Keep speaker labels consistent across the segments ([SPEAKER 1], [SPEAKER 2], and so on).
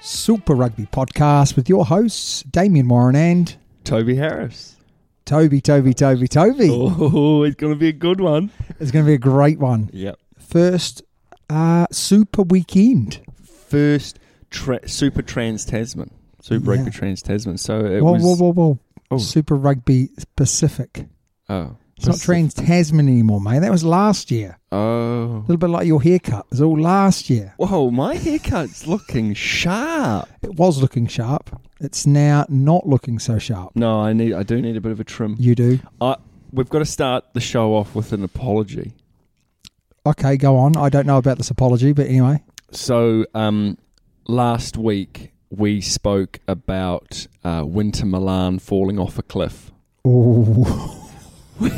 [SPEAKER 1] Super Rugby podcast with your hosts, Damien Warren and
[SPEAKER 2] Toby Harris.
[SPEAKER 1] Toby, Toby, Toby, Toby.
[SPEAKER 2] Oh, it's going to be a good one.
[SPEAKER 1] It's going to be a great one.
[SPEAKER 2] Yep.
[SPEAKER 1] First uh, Super Weekend.
[SPEAKER 2] First tra- Super Trans Tasman, Super
[SPEAKER 1] Yeah.
[SPEAKER 2] Rugby Trans Tasman. So it
[SPEAKER 1] Whoa,
[SPEAKER 2] was.
[SPEAKER 1] whoa, whoa, whoa.
[SPEAKER 2] Oh.
[SPEAKER 1] Super Rugby Pacific.
[SPEAKER 2] Oh,
[SPEAKER 1] It's not
[SPEAKER 2] Pacific-
[SPEAKER 1] Trans Tasman anymore, mate. That was last year.
[SPEAKER 2] Oh,
[SPEAKER 1] A little bit like your haircut. It was all last year.
[SPEAKER 2] whoa! My haircut's looking sharp.
[SPEAKER 1] It was looking sharp. It's now not looking so sharp.
[SPEAKER 2] No, I need. I do need a bit of a trim.
[SPEAKER 1] You do.
[SPEAKER 2] I, we've got to start the show off with an apology.
[SPEAKER 1] Okay, go on. I don't know about this apology, but anyway.
[SPEAKER 2] So um, last week we spoke about uh, Winter Milan falling off a cliff.
[SPEAKER 1] Oh.
[SPEAKER 2] We-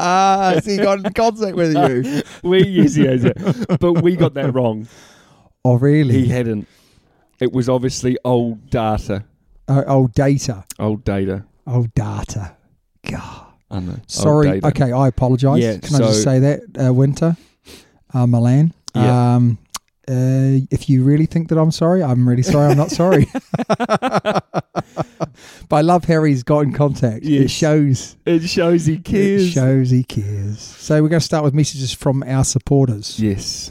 [SPEAKER 1] Ah, has he got in contact with you?
[SPEAKER 2] we yes, yes, yes. but we got that wrong.
[SPEAKER 1] Oh, really?
[SPEAKER 2] He hadn't. It was obviously old data.
[SPEAKER 1] Oh, old data.
[SPEAKER 2] Old data.
[SPEAKER 1] Old data. God.
[SPEAKER 2] I know. Old
[SPEAKER 1] Sorry.
[SPEAKER 2] Oh, data.
[SPEAKER 1] Okay, I apologise.
[SPEAKER 2] Yeah,
[SPEAKER 1] Can I just
[SPEAKER 2] so-
[SPEAKER 1] say that, uh, Winter, uh, Milan?
[SPEAKER 2] Yeah.
[SPEAKER 1] Um, uh, if you really think that I'm sorry, I'm really sorry. I'm not sorry. but I love how he's got in contact. It
[SPEAKER 2] Yes.
[SPEAKER 1] shows.
[SPEAKER 2] It shows he
[SPEAKER 1] It
[SPEAKER 2] cares.
[SPEAKER 1] shows he cares. So we're going to start with messages from our supporters.
[SPEAKER 2] yes.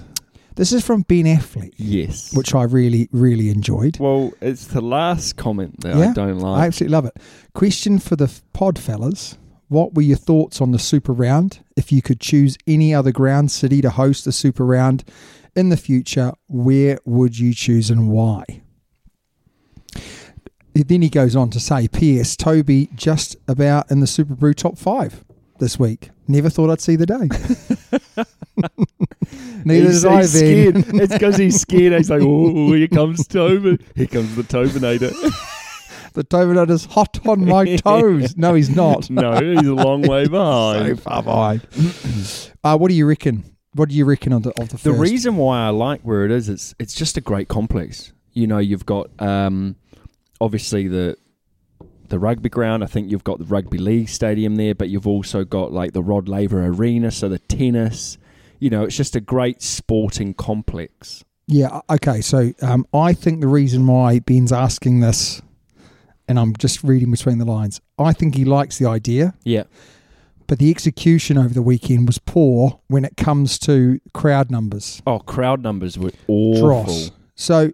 [SPEAKER 1] This is from Ben Affleck,
[SPEAKER 2] Yes.
[SPEAKER 1] which I really, really enjoyed.
[SPEAKER 2] well, it's the last comment that
[SPEAKER 1] Yeah,
[SPEAKER 2] I don't
[SPEAKER 1] I
[SPEAKER 2] like.
[SPEAKER 1] absolutely love it. Question for the f- pod fellas. What were your thoughts on the Super Round? If you could choose any other ground city to host the Super Round in the future, where would you choose and why? Then he goes on to say, P.S. Toby just about in the Super Brew top five this week. Never thought I'd see the day. Neither
[SPEAKER 2] he's,
[SPEAKER 1] did I
[SPEAKER 2] he's
[SPEAKER 1] then.
[SPEAKER 2] scared. it's because he's scared. He's like, oh, here comes Tobin. Here comes the Tobinator.
[SPEAKER 1] The Toby is hot on my toes. No, he's not.
[SPEAKER 2] no, he's a long way
[SPEAKER 1] so
[SPEAKER 2] behind.
[SPEAKER 1] far behind. Oh, uh, what do you reckon? What do you reckon of the of the,
[SPEAKER 2] the
[SPEAKER 1] first?
[SPEAKER 2] reason why I like where it is, it's it's just a great complex. You know, you've got um, obviously the the rugby ground. I think you've got the rugby league stadium there, but you've also got like the Rod Laver Arena, so the tennis. You know, it's just a great sporting complex.
[SPEAKER 1] Yeah. Okay. So um, I think the reason why Ben's asking this, and I'm just reading between the lines, I think he likes the idea,
[SPEAKER 2] Yeah,
[SPEAKER 1] but the execution over the weekend was poor when it comes to crowd numbers.
[SPEAKER 2] Oh, crowd numbers were awful.
[SPEAKER 1] dross. So,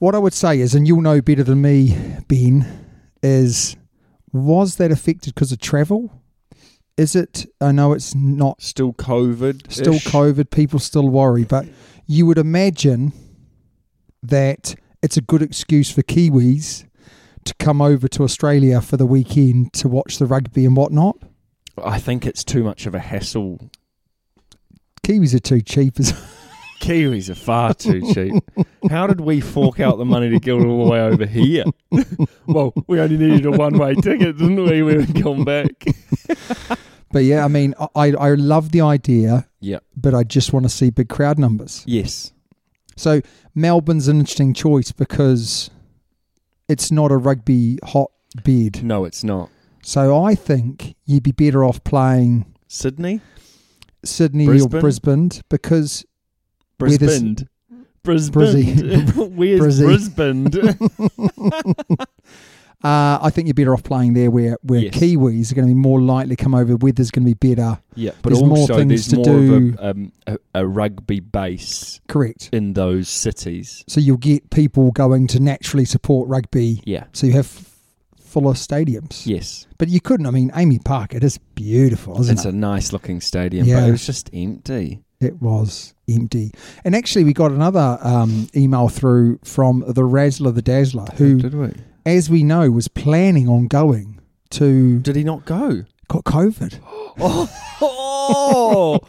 [SPEAKER 1] what I would say is, and you'll know better than me, Ben, is was that affected because of travel? Is it? I know it's not
[SPEAKER 2] Still COVID.
[SPEAKER 1] still COVID, people still worry, but you would imagine that it's a good excuse for Kiwis to come over to Australia for the weekend to watch the rugby and whatnot.
[SPEAKER 2] I think it's too much of a hassle.
[SPEAKER 1] Kiwis are too cheap. As
[SPEAKER 2] Kiwis are far too cheap. How did we fork out the money to get all the way over here? well, we only needed a one-way ticket, didn't we? We were gone back.
[SPEAKER 1] but yeah, I mean, I- I, I love the idea,
[SPEAKER 2] Yeah.
[SPEAKER 1] but I just want to see big crowd numbers.
[SPEAKER 2] Yes.
[SPEAKER 1] So Melbourne's an interesting choice because it's not a rugby hotbed.
[SPEAKER 2] No, it's not.
[SPEAKER 1] So I think you'd be better off playing
[SPEAKER 2] Sydney.
[SPEAKER 1] Sydney or
[SPEAKER 2] Brisbane?
[SPEAKER 1] Brisbane because Where does-
[SPEAKER 2] Brisbane. Brisbane.
[SPEAKER 1] Brizzy.
[SPEAKER 2] Where's
[SPEAKER 1] Brizzy.
[SPEAKER 2] Brisbane?
[SPEAKER 1] uh, I think you're better off playing there where, where
[SPEAKER 2] Yes.
[SPEAKER 1] Kiwis are going to be more likely to come over. Weather's going to be better.
[SPEAKER 2] yeah, but
[SPEAKER 1] There's more
[SPEAKER 2] also
[SPEAKER 1] things
[SPEAKER 2] there's
[SPEAKER 1] to
[SPEAKER 2] more
[SPEAKER 1] do.
[SPEAKER 2] of a, um, a, a rugby base
[SPEAKER 1] Correct.
[SPEAKER 2] in those cities.
[SPEAKER 1] So you'll get people going to naturally support rugby.
[SPEAKER 2] Yeah.
[SPEAKER 1] So you have f- fuller stadiums.
[SPEAKER 2] Yes.
[SPEAKER 1] But you couldn't. I mean, Amy Park, it is beautiful, isn't
[SPEAKER 2] it's
[SPEAKER 1] it?
[SPEAKER 2] a nice looking stadium,
[SPEAKER 1] Yeah.
[SPEAKER 2] but it was just empty.
[SPEAKER 1] it was empty. And actually, we got another um, email through from the Razzler the Dazzler, who,
[SPEAKER 2] Did we?
[SPEAKER 1] as we know, was planning on going to.
[SPEAKER 2] Did he not go?
[SPEAKER 1] Got COVID.
[SPEAKER 2] Oh, oh,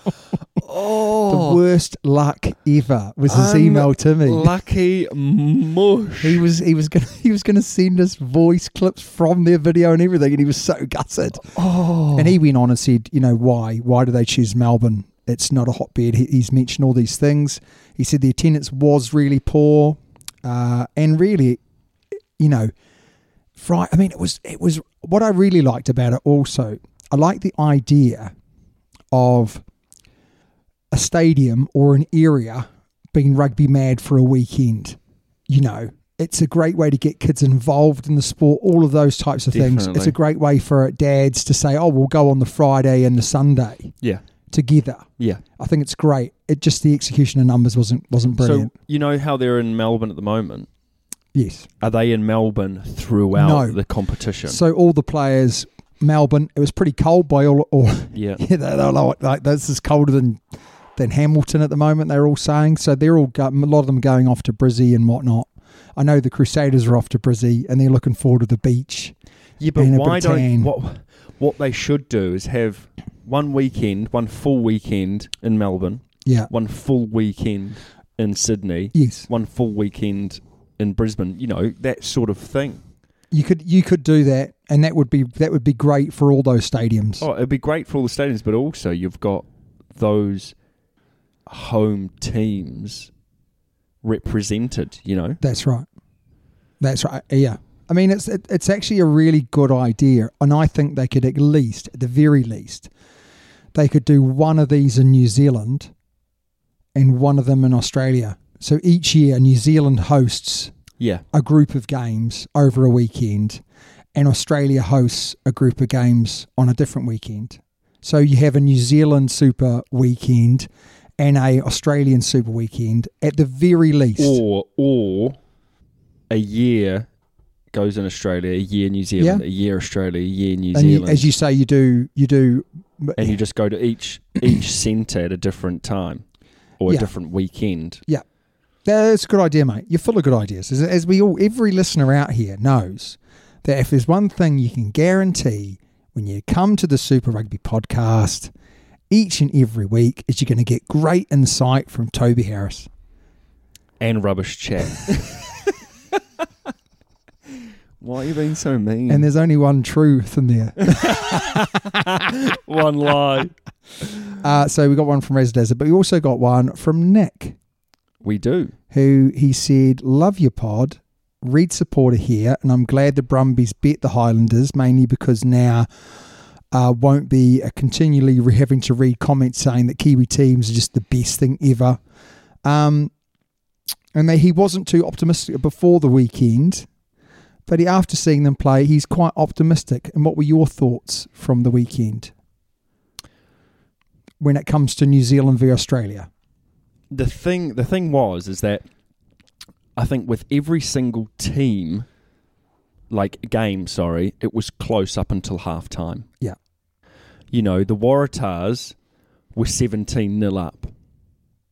[SPEAKER 2] Oh,
[SPEAKER 1] The worst luck ever was his email to me.
[SPEAKER 2] Lucky mush.
[SPEAKER 1] He was he was gonna he was gonna send us voice clips from their video and everything, and he was so gutted.
[SPEAKER 2] oh,
[SPEAKER 1] And he went on and said, you know, why? Why do they choose Melbourne? It's not a hotbed. He, he's mentioned all these things. He said the attendance was really poor, uh, and really, you know, fri- I mean, it was it was what I really liked about it. Also, I like the idea of a stadium or an area being rugby mad for a weekend. You know, it's a great way to get kids involved in the sport, all of those types of things. It's
[SPEAKER 2] Definitely.
[SPEAKER 1] a great way for dads to say, oh, we'll go on the Friday and the Sunday
[SPEAKER 2] yeah,
[SPEAKER 1] together.
[SPEAKER 2] yeah.
[SPEAKER 1] I think it's great. It just the execution of numbers wasn't wasn't brilliant.
[SPEAKER 2] So you know how they're in Melbourne at the moment.
[SPEAKER 1] yes.
[SPEAKER 2] Are they in Melbourne throughout
[SPEAKER 1] No.
[SPEAKER 2] the competition?
[SPEAKER 1] So all the players, Melbourne. It was pretty cold by all. all
[SPEAKER 2] yeah.
[SPEAKER 1] yeah, they, they're like, like this is colder than than Hamilton at the moment. They're all saying so. They're all go, a lot of them going off to Brizzy and whatnot. I know the Crusaders are off to Brizzy and they're looking forward to the beach.
[SPEAKER 2] Yeah, but
[SPEAKER 1] and a
[SPEAKER 2] why
[SPEAKER 1] Britain.
[SPEAKER 2] don't what what they should do is have one weekend, one full weekend in Melbourne,
[SPEAKER 1] Yeah.
[SPEAKER 2] one full weekend in Sydney,
[SPEAKER 1] Yes,
[SPEAKER 2] one full weekend in Brisbane. You know that sort of thing.
[SPEAKER 1] you could you could do that, and that would be that would be great for all those stadiums.
[SPEAKER 2] Oh, it'd be great for all the stadiums, but also you've got those home teams represented. You know,
[SPEAKER 1] That's right. That's right. Yeah. I mean, it's it, it's actually a really good idea, and I think they could at least, at the very least, they could do one of these in New Zealand, and one of them in Australia. So each year, New Zealand hosts
[SPEAKER 2] yeah,
[SPEAKER 1] a group of games over a weekend, and Australia hosts a group of games on a different weekend. So you have a New Zealand Super weekend and a Australian Super weekend at the very least.
[SPEAKER 2] or or a year goes in Australia, a year New Zealand,
[SPEAKER 1] Yeah.
[SPEAKER 2] a year Australia, a year New
[SPEAKER 1] and
[SPEAKER 2] Zealand.
[SPEAKER 1] you, as you say, you do you do
[SPEAKER 2] and you just go to each each centre at a different time or
[SPEAKER 1] Yeah.
[SPEAKER 2] a different weekend.
[SPEAKER 1] yeah. That's a good idea, mate. You're full of good ideas. As, as we all, every listener out here knows that if there's one thing you can guarantee when you come to the Super Rugby podcast each and every week is you're going to get great insight from Toby Harris.
[SPEAKER 2] And rubbish chat. Why are you being so mean?
[SPEAKER 1] And there's only one truth in there.
[SPEAKER 2] one lie.
[SPEAKER 1] uh, so we got one from Residazza, but we also got one from Nick.
[SPEAKER 2] We do.
[SPEAKER 1] who he said, Love your pod, Reed supporter here, and I'm glad the Brumbies beat the Highlanders, mainly because now uh, won't be uh, continually re- having to read comments saying that Kiwi teams are just the best thing ever. Um, and that he wasn't too optimistic before the weekend, but he, after seeing them play, he's quite optimistic. And what were your thoughts from the weekend? When it comes to New Zealand v Australia,
[SPEAKER 2] The thing the thing was is that I think with every single team like game, sorry, it was close up until half time.
[SPEAKER 1] yeah,
[SPEAKER 2] You know, the Waratahs were seventeen nil up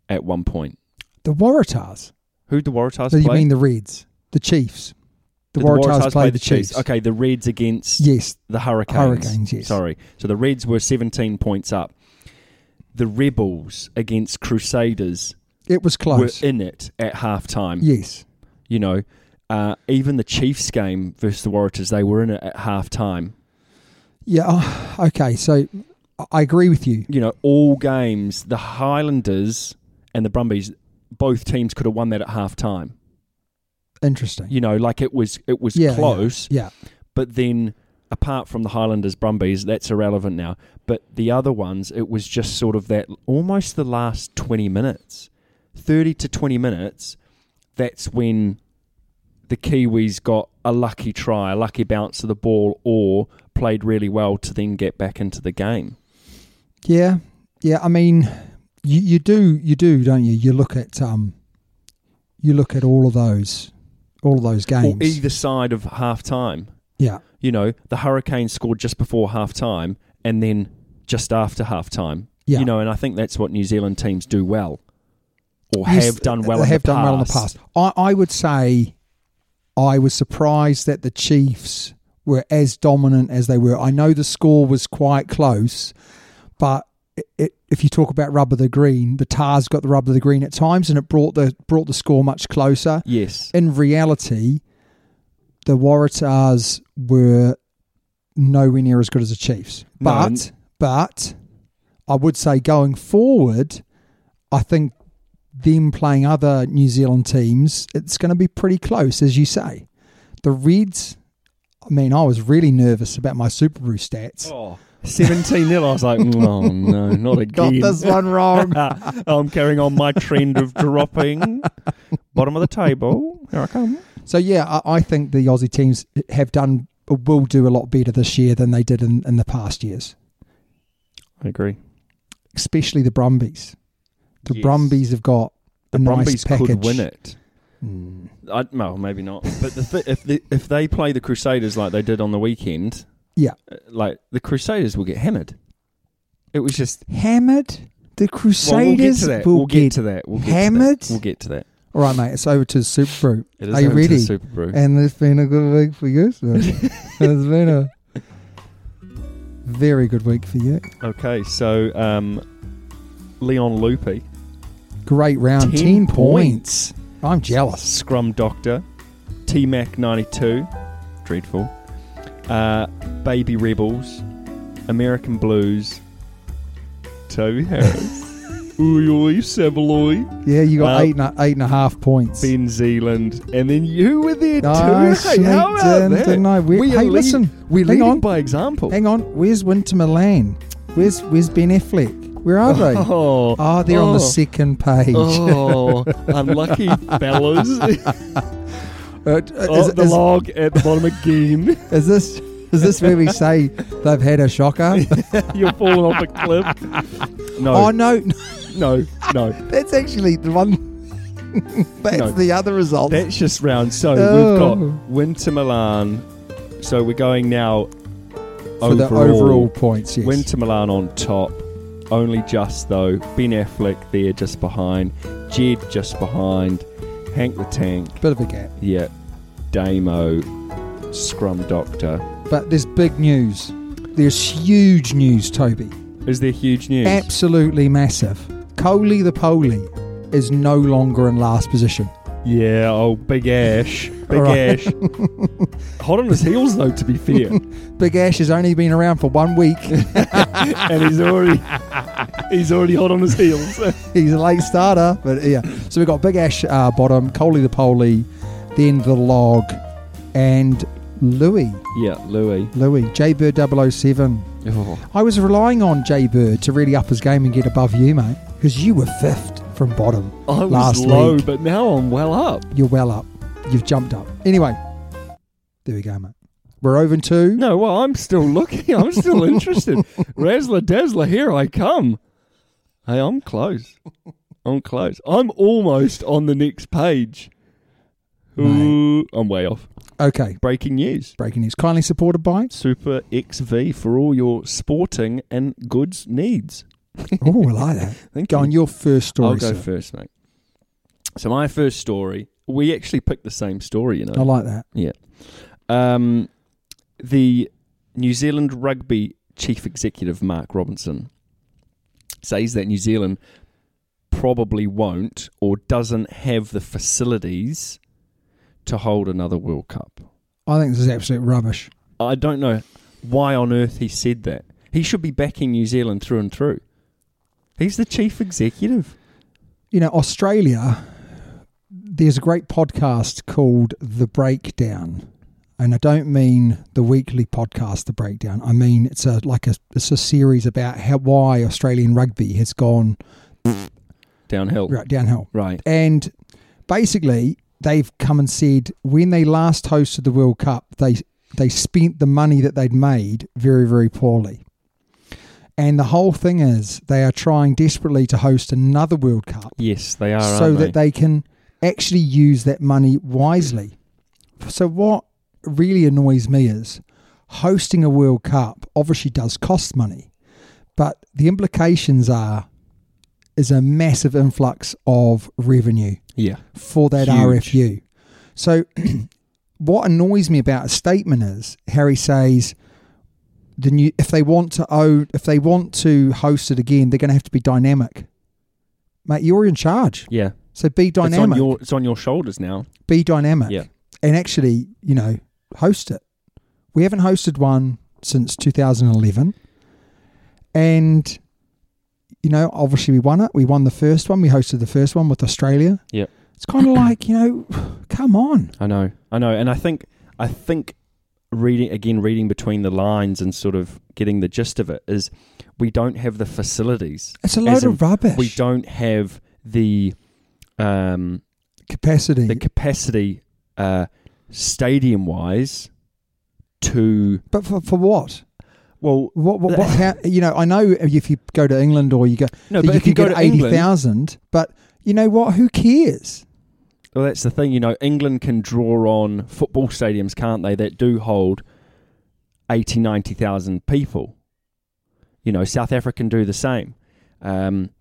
[SPEAKER 2] at one point.
[SPEAKER 1] the Waratahs.
[SPEAKER 2] Who'd the Waratahs
[SPEAKER 1] So you
[SPEAKER 2] play?
[SPEAKER 1] mean the Reds, the Chiefs? The,
[SPEAKER 2] Did
[SPEAKER 1] Waratahs, played the Chiefs.
[SPEAKER 2] Okay, the Reds against
[SPEAKER 1] Yes,
[SPEAKER 2] the Hurricanes.
[SPEAKER 1] Hurricanes, yes.
[SPEAKER 2] Sorry. So the Reds were 17 points up. The Rebels against Crusaders
[SPEAKER 1] it was close.
[SPEAKER 2] were in it at halftime.
[SPEAKER 1] yes,
[SPEAKER 2] You know, uh, even the Chiefs game versus the Warriors, they were in it at halftime.
[SPEAKER 1] yeah. oh, okay, so I- I agree with you.
[SPEAKER 2] You know, all games, the Highlanders and the Brumbies, both teams could have won that at halftime.
[SPEAKER 1] Interesting.
[SPEAKER 2] You know, like it was it was
[SPEAKER 1] yeah,
[SPEAKER 2] close.
[SPEAKER 1] Yeah,
[SPEAKER 2] but then apart from the Highlanders Brumbies, that's irrelevant now. But the other ones, it was just sort of that almost the last 20 minutes, 30 to 20 minutes, that's when the Kiwis got a lucky try, a lucky bounce of the ball, or played really well to then get back into the game.
[SPEAKER 1] yeah, yeah. yeah I mean, you, you do, you do, don't you? You look at um, you look at all of those, all of those games.
[SPEAKER 2] Or either side of half time.
[SPEAKER 1] yeah,
[SPEAKER 2] You know, the Hurricanes scored just before half time and then just after half time.
[SPEAKER 1] Yeah.
[SPEAKER 2] You know, and I think that's what New Zealand teams do well. Or
[SPEAKER 1] Yes,
[SPEAKER 2] have done well
[SPEAKER 1] They
[SPEAKER 2] in
[SPEAKER 1] have
[SPEAKER 2] the
[SPEAKER 1] done
[SPEAKER 2] past.
[SPEAKER 1] well in the past. I, I would say I was surprised that the Chiefs were as dominant as they were. I know the score was quite close, but it, it, if you talk about rubber the green, the tar's got the rubber the green at times, and it brought the brought the score much closer.
[SPEAKER 2] Yes.
[SPEAKER 1] In reality, the Waratahs were nowhere near as good as the Chiefs.
[SPEAKER 2] No,
[SPEAKER 1] But
[SPEAKER 2] and-
[SPEAKER 1] but I would say going forward, I think them playing other New Zealand teams, it's going to be pretty close, as you say. The Reds. I mean, I was really nervous about my Super Brew stats.
[SPEAKER 2] 17 0. I was like, oh no, not
[SPEAKER 1] Got
[SPEAKER 2] again. Ah,
[SPEAKER 1] this one wrong.
[SPEAKER 2] I'm carrying on my trend of dropping. Bottom of the table. Here I come.
[SPEAKER 1] So yeah, I, I think the Aussie teams have done will do a lot better this year than they did in, in the past years,
[SPEAKER 2] I agree.
[SPEAKER 1] especially the Brumbies. The
[SPEAKER 2] Yes.
[SPEAKER 1] Brumbies have got
[SPEAKER 2] The
[SPEAKER 1] a
[SPEAKER 2] Brumbies
[SPEAKER 1] nice
[SPEAKER 2] could
[SPEAKER 1] package.
[SPEAKER 2] win it.
[SPEAKER 1] Mm.
[SPEAKER 2] I, well, maybe not. But the th- if the, if they play the Crusaders like they did on the weekend,
[SPEAKER 1] Yeah.
[SPEAKER 2] uh, like the Crusaders will get hammered. It was just
[SPEAKER 1] Hammered the
[SPEAKER 2] Well, we'll get
[SPEAKER 1] Crusaders.
[SPEAKER 2] to that.
[SPEAKER 1] will
[SPEAKER 2] We'll, get,
[SPEAKER 1] get-
[SPEAKER 2] to that. We'll get
[SPEAKER 1] hammered?
[SPEAKER 2] To that. We'll get to that.
[SPEAKER 1] All right, mate. It's over to the Super Brew.
[SPEAKER 2] It is
[SPEAKER 1] Are you
[SPEAKER 2] over to
[SPEAKER 1] ready? Uh,
[SPEAKER 2] Super Brew.
[SPEAKER 1] And it's been a good week for you. Sir. it's been a very good week for you.
[SPEAKER 2] Okay, so um, Leon Loopy,
[SPEAKER 1] Great round. Ten
[SPEAKER 2] Ten
[SPEAKER 1] points. I'm jealous.
[SPEAKER 2] Scrum Doctor, T Mac 92, dreadful, uh, Baby Rebels, American Blues, Toby Harris, Oi Oi Savoy,
[SPEAKER 1] Yeah, you got
[SPEAKER 2] Uh,
[SPEAKER 1] eight, and a, eight and a half points.
[SPEAKER 2] Ben Zealand, and then you were there too.
[SPEAKER 1] I
[SPEAKER 2] hey, how
[SPEAKER 1] sneaked
[SPEAKER 2] about
[SPEAKER 1] in,
[SPEAKER 2] that?
[SPEAKER 1] um, didn't I? We-
[SPEAKER 2] are
[SPEAKER 1] hey,
[SPEAKER 2] lead-
[SPEAKER 1] listen,
[SPEAKER 2] we're
[SPEAKER 1] hang
[SPEAKER 2] leading
[SPEAKER 1] on.
[SPEAKER 2] by example.
[SPEAKER 1] Hang on, where's Winter Milan? Where's where's Ben Affleck? Where are they? Oh,
[SPEAKER 2] Oh,
[SPEAKER 1] they're on
[SPEAKER 2] oh.
[SPEAKER 1] the second page.
[SPEAKER 2] Oh, unlucky fellas.
[SPEAKER 1] Uh, d- uh,
[SPEAKER 2] oh,
[SPEAKER 1] is,
[SPEAKER 2] the
[SPEAKER 1] is-
[SPEAKER 2] log at the bottom again.
[SPEAKER 1] is this is this where we say they've had a shocker?
[SPEAKER 2] You're falling off a cliff.
[SPEAKER 1] Oh
[SPEAKER 2] No,
[SPEAKER 1] no,
[SPEAKER 2] no, no.
[SPEAKER 1] that's actually the one. that's
[SPEAKER 2] No.
[SPEAKER 1] the other result.
[SPEAKER 2] That's just round. So
[SPEAKER 1] Oh.
[SPEAKER 2] we've got Winter Milan. So we're going now
[SPEAKER 1] for the overall points, yes.
[SPEAKER 2] Winter Milan on top. Only just though. Ben Affleck there just behind. Jed just behind. Hank the Tank.
[SPEAKER 1] Bit of a gap,
[SPEAKER 2] Yeah. Damo. Scrum Doctor.
[SPEAKER 1] but there's big news. There's huge news, Toby.
[SPEAKER 2] Is there huge news?
[SPEAKER 1] Absolutely massive. Coley the Poley is no longer in last position.
[SPEAKER 2] Yeah, oh, Big Ash. Big
[SPEAKER 1] Alright.
[SPEAKER 2] Ash. Hot on his heels, though, to be fair.
[SPEAKER 1] Big Ash has only been around for one week.
[SPEAKER 2] and he's already he's already hot on his heels.
[SPEAKER 1] He's a late starter, but yeah. So we've got Big Ash uh, bottom, Coley the Poley, then the log, and Louis.
[SPEAKER 2] yeah, Louis.
[SPEAKER 1] Louis, Jaybird 007.
[SPEAKER 2] Oh.
[SPEAKER 1] I was relying on Jaybird to really up his game and get above you, mate, because you were fifth from bottom
[SPEAKER 2] I was
[SPEAKER 1] last
[SPEAKER 2] low,
[SPEAKER 1] week.
[SPEAKER 2] but now I'm well up.
[SPEAKER 1] You're well up. You've jumped up. Anyway, there we go, mate. We're over two.
[SPEAKER 2] No, well, I'm still looking. I'm still interested. Razzler Dazzler, here I come. Hey, I'm close. I'm close. I'm almost on the next page. Ooh, I'm way off.
[SPEAKER 1] Okay.
[SPEAKER 2] Breaking news.
[SPEAKER 1] Breaking news. Kindly supported by.
[SPEAKER 2] Super XV for all your sporting and goods needs.
[SPEAKER 1] Oh, I like that.
[SPEAKER 2] Thank
[SPEAKER 1] Go on, your first story.
[SPEAKER 2] I'll go
[SPEAKER 1] sir.
[SPEAKER 2] first, mate. So my first story, we actually picked the same story, you
[SPEAKER 1] I
[SPEAKER 2] know.
[SPEAKER 1] like that.
[SPEAKER 2] Um, the New Zealand Rugby Chief Executive Mark Robinson says that New Zealand probably won't or doesn't have the facilities to hold another World Cup.
[SPEAKER 1] I think this is absolute rubbish.
[SPEAKER 2] I don't know why on earth he said that. He should be backing New Zealand through and through. He's the chief executive.
[SPEAKER 1] you know, Australia, there's a great podcast called The Breakdown. And I don't mean the weekly podcast, The Breakdown. I mean it's a like a it's a series about how why Australian rugby has gone
[SPEAKER 2] Downhill.
[SPEAKER 1] right downhill.
[SPEAKER 2] Right.
[SPEAKER 1] And basically, they've come and said when they last hosted the World Cup, they they spent the money that they'd made very very poorly. And the whole thing is they are trying desperately to host another World Cup
[SPEAKER 2] Yes, they are.
[SPEAKER 1] so
[SPEAKER 2] aren't
[SPEAKER 1] that they can actually use that money wisely. So what really annoys me is hosting a World Cup obviously does cost money, but the implications are is a massive influx of revenue
[SPEAKER 2] yeah.
[SPEAKER 1] for that
[SPEAKER 2] Huge.
[SPEAKER 1] RFU. So, what annoys me about a statement is Harry says the new if they want to own if they want to host it again, they're going to have to be dynamic. Mate, you're in charge,
[SPEAKER 2] Yeah.
[SPEAKER 1] so be
[SPEAKER 2] It's on
[SPEAKER 1] dynamic.
[SPEAKER 2] your it's on your shoulders now.
[SPEAKER 1] be dynamic.
[SPEAKER 2] Yeah.
[SPEAKER 1] and actually, you know, host it. We haven't hosted one since 2011, and you know, obviously, we won it. We won the first one. We hosted the first one with Australia.
[SPEAKER 2] Yep.
[SPEAKER 1] it's kind of like you know, come on.
[SPEAKER 2] I know. I know. And I think I think reading again reading between the lines and sort of getting the gist of it is we don't have the facilities.
[SPEAKER 1] It's a
[SPEAKER 2] As
[SPEAKER 1] load
[SPEAKER 2] in,
[SPEAKER 1] of rubbish.
[SPEAKER 2] We don't have the um
[SPEAKER 1] capacity.
[SPEAKER 2] the capacity uh stadium wise to
[SPEAKER 1] but for, for what?
[SPEAKER 2] well
[SPEAKER 1] What? What? what how, you know, I know if you go to England or you go,
[SPEAKER 2] no
[SPEAKER 1] that
[SPEAKER 2] but
[SPEAKER 1] you
[SPEAKER 2] if you
[SPEAKER 1] could
[SPEAKER 2] go
[SPEAKER 1] get
[SPEAKER 2] to
[SPEAKER 1] eighty
[SPEAKER 2] England
[SPEAKER 1] thousand. But you know what? Who cares?
[SPEAKER 2] Well, that's the thing, you know. England can draw on football stadiums, can't they? That do hold 80, 90,000 people. You know, South Africa can do the same. Um,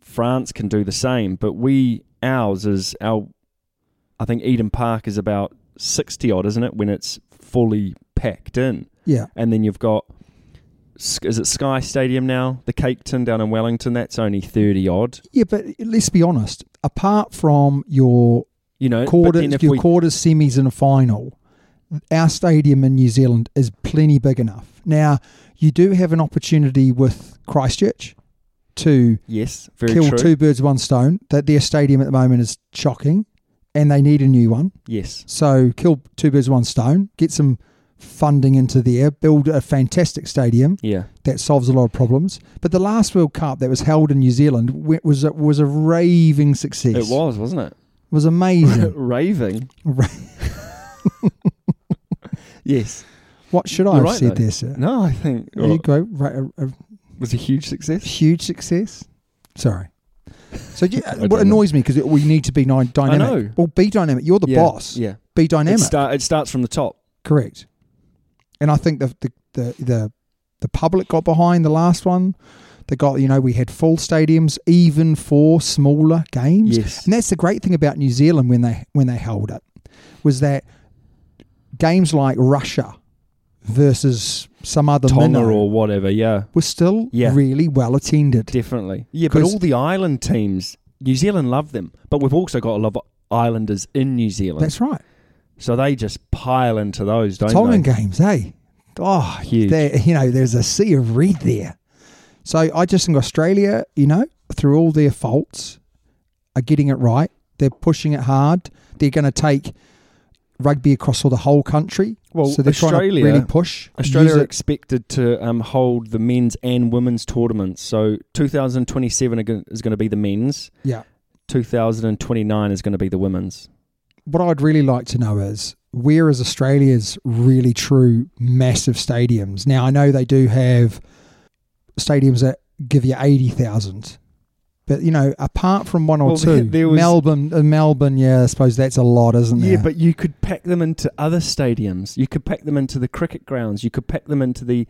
[SPEAKER 2] France can do the same, but we ours is our. I think Eden Park is about sixty odd, isn't it? When it's fully packed in,
[SPEAKER 1] Yeah.
[SPEAKER 2] and then you've got S- is it Sky Stadium now? The Caketon down in Wellington, that's only thirty odd.
[SPEAKER 1] Yeah, but let's be honest. Apart from your
[SPEAKER 2] You know, but then
[SPEAKER 1] quarters,
[SPEAKER 2] if
[SPEAKER 1] your
[SPEAKER 2] we-
[SPEAKER 1] quarters, semis, and a final, our stadium in New Zealand is plenty big enough. Now, you do have an opportunity with Christchurch to
[SPEAKER 2] yes, very
[SPEAKER 1] kill
[SPEAKER 2] true.
[SPEAKER 1] two birds with one stone. That their stadium at the moment is shocking, and they need a new one.
[SPEAKER 2] Yes,
[SPEAKER 1] So kill two birds with one stone. Get some funding into there. Build a fantastic stadium
[SPEAKER 2] yeah.
[SPEAKER 1] that solves a lot of problems. But the last World Cup that was held in New Zealand wa- was a, was a raving success.
[SPEAKER 2] It was, wasn't
[SPEAKER 1] was
[SPEAKER 2] it?
[SPEAKER 1] amazing.
[SPEAKER 2] Raving.
[SPEAKER 1] Ra-
[SPEAKER 2] Yes.
[SPEAKER 1] what should I
[SPEAKER 2] You're
[SPEAKER 1] have
[SPEAKER 2] right,
[SPEAKER 1] said
[SPEAKER 2] though.
[SPEAKER 1] there, sir?
[SPEAKER 2] No, I think
[SPEAKER 1] There you go. Ra- a, a
[SPEAKER 2] was a huge success.
[SPEAKER 1] huge success. Sorry. So yeah,
[SPEAKER 2] don't
[SPEAKER 1] what annoys me because we need to be ni- dynamic.
[SPEAKER 2] know.
[SPEAKER 1] Well, be dynamic. You're the
[SPEAKER 2] yeah,
[SPEAKER 1] boss.
[SPEAKER 2] Yeah.
[SPEAKER 1] Be
[SPEAKER 2] It,
[SPEAKER 1] dynamic.
[SPEAKER 2] start, it starts from the top.
[SPEAKER 1] Correct. And I think the the, the the the public got behind the last one. They got you know we had full stadiums even for smaller games.
[SPEAKER 2] Yes.
[SPEAKER 1] And that's the great thing about New Zealand when they when they held it was that games like Russia versus some other
[SPEAKER 2] Tonga
[SPEAKER 1] minnow
[SPEAKER 2] or whatever. Yeah.
[SPEAKER 1] were still
[SPEAKER 2] Yeah.
[SPEAKER 1] really well attended.
[SPEAKER 2] Definitely. Yeah, but
[SPEAKER 1] 'Cause-
[SPEAKER 2] all the island teams, New Zealand love them, but we've also got a lot of islanders in New Zealand,
[SPEAKER 1] That's right.
[SPEAKER 2] so they just pile into those, don't
[SPEAKER 1] Tongan
[SPEAKER 2] they?
[SPEAKER 1] games, hey. Oh,
[SPEAKER 2] Huge.
[SPEAKER 1] there, you know, there's a sea of red there. So I just think Australia, you know, through all their faults, are getting it right. They're pushing it hard. They're going to take rugby across all the whole country.
[SPEAKER 2] Well,
[SPEAKER 1] so they're trying
[SPEAKER 2] Australia-
[SPEAKER 1] to really push.
[SPEAKER 2] Australia
[SPEAKER 1] Use
[SPEAKER 2] are
[SPEAKER 1] it.
[SPEAKER 2] expected to um, hold the men's and women's tournaments. So 2027 are gon- is going to be the men's.
[SPEAKER 1] Yeah.
[SPEAKER 2] 2029 is going to be the women's.
[SPEAKER 1] What I'd really like to know is where is Australia's really true massive stadiums? Now I know they do have stadiums that give you eighty thousand, but you know apart from one or
[SPEAKER 2] Well,
[SPEAKER 1] two,
[SPEAKER 2] there was-
[SPEAKER 1] Melbourne, uh, Melbourne, yeah, I suppose that's a lot, isn't
[SPEAKER 2] Yeah,
[SPEAKER 1] there?
[SPEAKER 2] but you could pack them into other stadiums. You could pack them into the cricket grounds. You could pack them into the,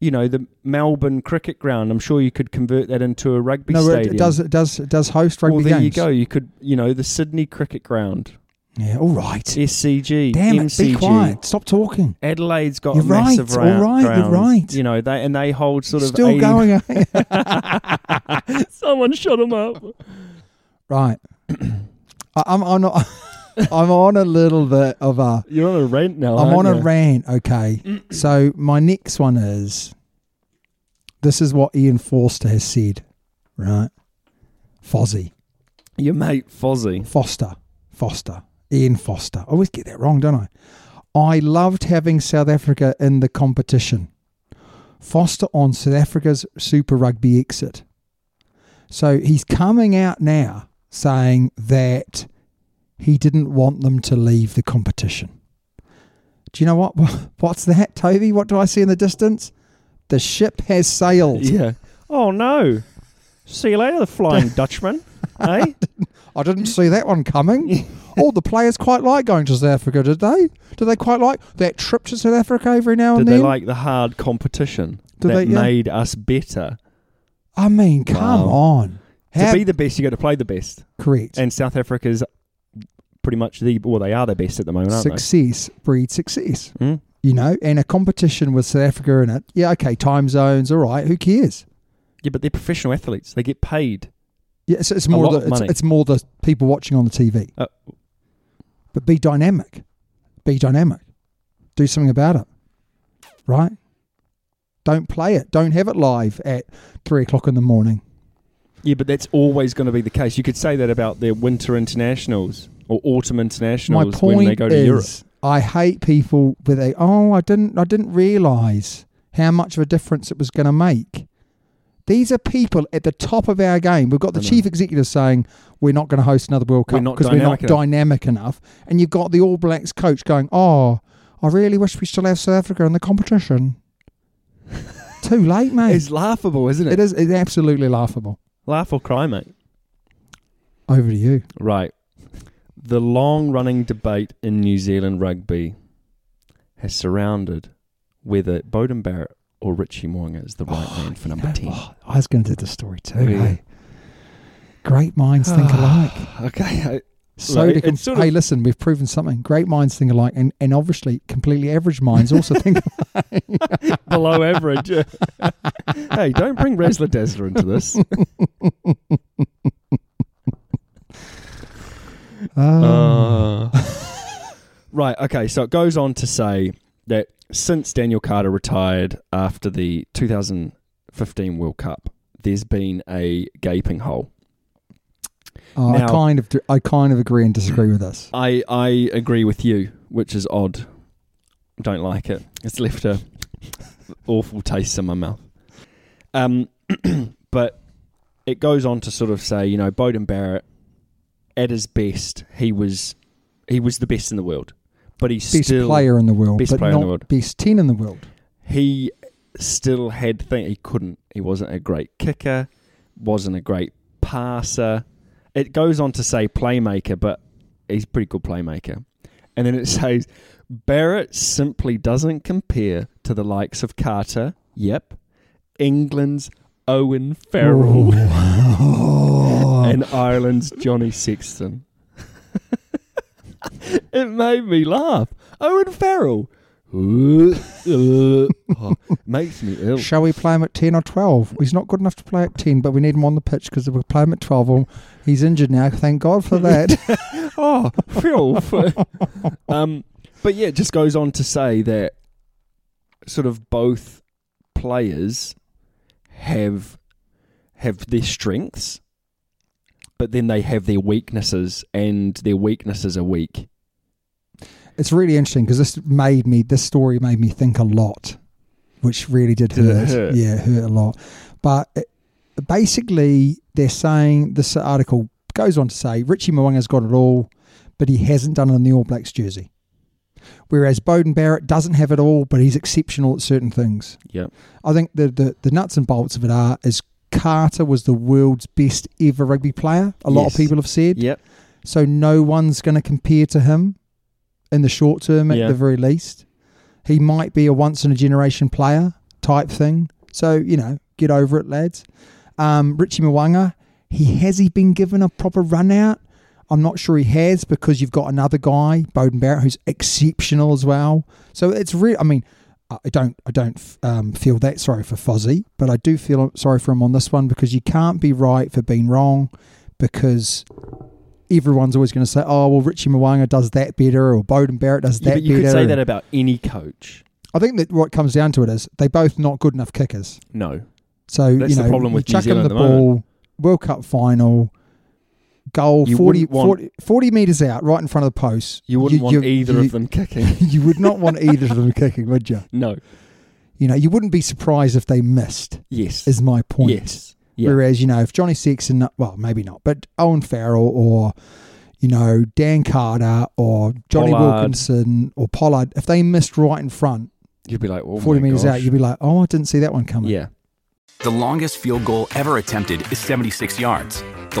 [SPEAKER 2] you know, the Melbourne cricket ground. I'm sure you could convert that into a rugby
[SPEAKER 1] no, it-
[SPEAKER 2] stadium.
[SPEAKER 1] it does it does it does host rugby
[SPEAKER 2] Well, there you
[SPEAKER 1] games.
[SPEAKER 2] go. You could, you know, the Sydney cricket ground,
[SPEAKER 1] Yeah, all right.
[SPEAKER 2] SCG,
[SPEAKER 1] Damn it,
[SPEAKER 2] MCG.
[SPEAKER 1] be quiet. Stop talking.
[SPEAKER 2] Adelaide's got
[SPEAKER 1] You're
[SPEAKER 2] a massive
[SPEAKER 1] right, all
[SPEAKER 2] round-
[SPEAKER 1] right, you're
[SPEAKER 2] ground,
[SPEAKER 1] right.
[SPEAKER 2] You know, they and they hold sort of
[SPEAKER 1] Still
[SPEAKER 2] 80
[SPEAKER 1] going.
[SPEAKER 2] Someone shut them up.
[SPEAKER 1] right. I, I'm I'm not, I'm on a little bit of a
[SPEAKER 2] You're on a rant now.
[SPEAKER 1] I'm on
[SPEAKER 2] aren't
[SPEAKER 1] a
[SPEAKER 2] you?
[SPEAKER 1] rant, okay. so my next one is this is what Ian Forster has said, right? Fozzie.
[SPEAKER 2] Your mate Fozzie.
[SPEAKER 1] Foster. Foster. Ian Foster. I always get that wrong, don't I? I loved having South Africa in the competition. Foster on South Africa's Super Rugby exit. So he's coming out now saying that he didn't want them to leave the competition. Do you know what? What's that, Toby? What do I see in the distance? The ship has sailed.
[SPEAKER 2] Yeah. Oh no. See you later, the Flying Dutchman. eh?
[SPEAKER 1] I didn't see that one coming. All Oh, the players quite like going to South Africa, did they? Did they quite like that trip to South Africa every now and
[SPEAKER 2] Did
[SPEAKER 1] then?
[SPEAKER 2] they like the hard competition
[SPEAKER 1] Did
[SPEAKER 2] that
[SPEAKER 1] they- yeah.
[SPEAKER 2] made us better?
[SPEAKER 1] I mean, come
[SPEAKER 2] Wow.
[SPEAKER 1] on. How,
[SPEAKER 2] to be the best, you got to play the best.
[SPEAKER 1] correct.
[SPEAKER 2] And South Africa's pretty much the well, they are the best at the moment, aren't
[SPEAKER 1] Success breeds success.
[SPEAKER 2] they? Hmm?
[SPEAKER 1] you know, and a competition with South Africa in it. Yeah, okay, time zones, all right. Who cares?
[SPEAKER 2] Yeah, but they're professional athletes. They get paid.
[SPEAKER 1] Yeah, it's, it's more
[SPEAKER 2] lot
[SPEAKER 1] the
[SPEAKER 2] of
[SPEAKER 1] it's,
[SPEAKER 2] money.
[SPEAKER 1] it's more the people watching on the TV.
[SPEAKER 2] Uh,
[SPEAKER 1] But be dynamic. Be dynamic. Do something about it. Right? Don't play it. Don't have it live at three o'clock in the morning.
[SPEAKER 2] yeah, but that's always going to be the case. You could say that about their winter internationals or autumn
[SPEAKER 1] My
[SPEAKER 2] internationals
[SPEAKER 1] point
[SPEAKER 2] when they go to
[SPEAKER 1] is,
[SPEAKER 2] Europe.
[SPEAKER 1] I hate people with a oh, I didn't, I didn't realize how much of a difference it was going to make. These are people at the top of our game. We've got the
[SPEAKER 2] I know.
[SPEAKER 1] chief executive saying we're not going to host another World
[SPEAKER 2] We're
[SPEAKER 1] Cup
[SPEAKER 2] not
[SPEAKER 1] because we're not
[SPEAKER 2] dynamic enough."
[SPEAKER 1] dynamic enough, and you've got the All Blacks coach going, oh, I really wish we still have South Africa in the competition. Too late, mate.
[SPEAKER 2] It's laughable, isn't it?
[SPEAKER 1] it is it's absolutely laughable.
[SPEAKER 2] Laugh or cry, mate.
[SPEAKER 1] Over to you.
[SPEAKER 2] Right. The long running debate in New Zealand rugby has surrounded whether Bowden Barrett or Richie Moonga is the right man for number 10.
[SPEAKER 1] Oh, I was going to do the story too.
[SPEAKER 2] Yeah.
[SPEAKER 1] eh? Great minds think alike.
[SPEAKER 2] Okay. I-
[SPEAKER 1] So
[SPEAKER 2] Like,
[SPEAKER 1] do com-
[SPEAKER 2] it's sort of-
[SPEAKER 1] hey, listen, we've proven something. Great minds think alike, and, and obviously, completely average minds also think.
[SPEAKER 2] below average. hey, don't bring Razzler Dazzler into this.
[SPEAKER 1] Um,
[SPEAKER 2] Uh, right, okay, so it goes on to say that since Daniel Carter retired after the 2015 World Cup, there's been a gaping hole.
[SPEAKER 1] oh, I
[SPEAKER 2] now-
[SPEAKER 1] kind of, do, I kind of agree and disagree with this.
[SPEAKER 2] I, I agree with you, which is odd. Don't like it. It's left a awful taste in my mouth. Um, but it goes on to sort of say, you know, Bowden Barrett, at his best, he was he was the best in the world, but he
[SPEAKER 1] Best
[SPEAKER 2] still
[SPEAKER 1] player in the world,
[SPEAKER 2] best
[SPEAKER 1] but
[SPEAKER 2] player
[SPEAKER 1] not
[SPEAKER 2] in the world.
[SPEAKER 1] best ten in the world.
[SPEAKER 2] he still had things. He couldn't. He wasn't a great kicker. Wasn't a great passer. It goes on to say playmaker, but he's a pretty good playmaker. And then it says Barrett simply doesn't compare to the likes of Carter. Yep, England's Owen Farrell and Ireland's Johnny Sexton. it made me laugh. Owen Farrell. Oh, makes me ill.
[SPEAKER 1] Shall we play him at ten or twelve? He's not good enough to play at ten, but we need him on the pitch because if we play him at twelve, well, he's injured now. Thank God for that.
[SPEAKER 2] Oh, filth. um, but yeah, it just goes on to say that sort of both players have have their strengths, but then they have their weaknesses, and their weaknesses are weak.
[SPEAKER 1] it's really interesting because this made me this story made me think a lot which really did,
[SPEAKER 2] Did it
[SPEAKER 1] hurt.
[SPEAKER 2] hurt?
[SPEAKER 1] yeah hurt a lot but it, basically they're saying this article goes on to say richie mwanga's got it all but he hasn't done it in the all blacks jersey whereas bowden barrett doesn't have it all but he's exceptional at certain things
[SPEAKER 2] Yep.
[SPEAKER 1] I think the, the, the nuts and bolts of it are is Carter was the world's best ever rugby player. A lot
[SPEAKER 2] Yes.
[SPEAKER 1] of people have said.
[SPEAKER 2] Yep.
[SPEAKER 1] So no one's going to compare to him in the short term, at
[SPEAKER 2] Yeah.
[SPEAKER 1] the very least. He might be a once in a generation player type thing. So you know, get over it, lads. Um, Richie Mwanga, he has he been given a proper run out? I'm not sure he has because you've got another guy, Bowden Barrett, who's exceptional as well. So it's real. I mean, I I don't, I don't um, feel that sorry for Fozzie, but I do feel sorry for him on this one because you can't be right for being wrong because everyone's always going to say, oh, well, Richie Mwanga does that better or Bowden Barrett does
[SPEAKER 2] Yeah,
[SPEAKER 1] that
[SPEAKER 2] but you
[SPEAKER 1] better.
[SPEAKER 2] could say that about any coach.
[SPEAKER 1] I think that what comes down to it is they both not good enough kickers.
[SPEAKER 2] No.
[SPEAKER 1] So
[SPEAKER 2] That's
[SPEAKER 1] you
[SPEAKER 2] the
[SPEAKER 1] know,
[SPEAKER 2] problem
[SPEAKER 1] you
[SPEAKER 2] with New
[SPEAKER 1] chuck 'em
[SPEAKER 2] Zealand
[SPEAKER 1] the
[SPEAKER 2] at the moment.
[SPEAKER 1] ball, World Cup final, goal
[SPEAKER 2] You
[SPEAKER 1] 40,
[SPEAKER 2] wouldn't want-
[SPEAKER 1] 40 40 meters out, right in front of the post.
[SPEAKER 2] You wouldn't want
[SPEAKER 1] you-
[SPEAKER 2] either
[SPEAKER 1] you-
[SPEAKER 2] of them kicking.
[SPEAKER 1] You would not want either of them kicking, would you?
[SPEAKER 2] no.
[SPEAKER 1] You know, you wouldn't be surprised if they missed.
[SPEAKER 2] Yes.
[SPEAKER 1] Is my point.
[SPEAKER 2] Yes. Yeah.
[SPEAKER 1] Whereas you know, if Johnny Sexton, well, maybe not, but Owen Farrell or you know Dan Carter or Johnny
[SPEAKER 2] Pollard.
[SPEAKER 1] Wilkinson or Pollard, if they missed right in front,
[SPEAKER 2] You'd be like, oh,
[SPEAKER 1] forty
[SPEAKER 2] my
[SPEAKER 1] meters
[SPEAKER 2] gosh.
[SPEAKER 1] out, you'd be like, oh, I didn't see that one coming.
[SPEAKER 2] Yeah.
[SPEAKER 3] The longest field goal ever attempted is 76 yards. The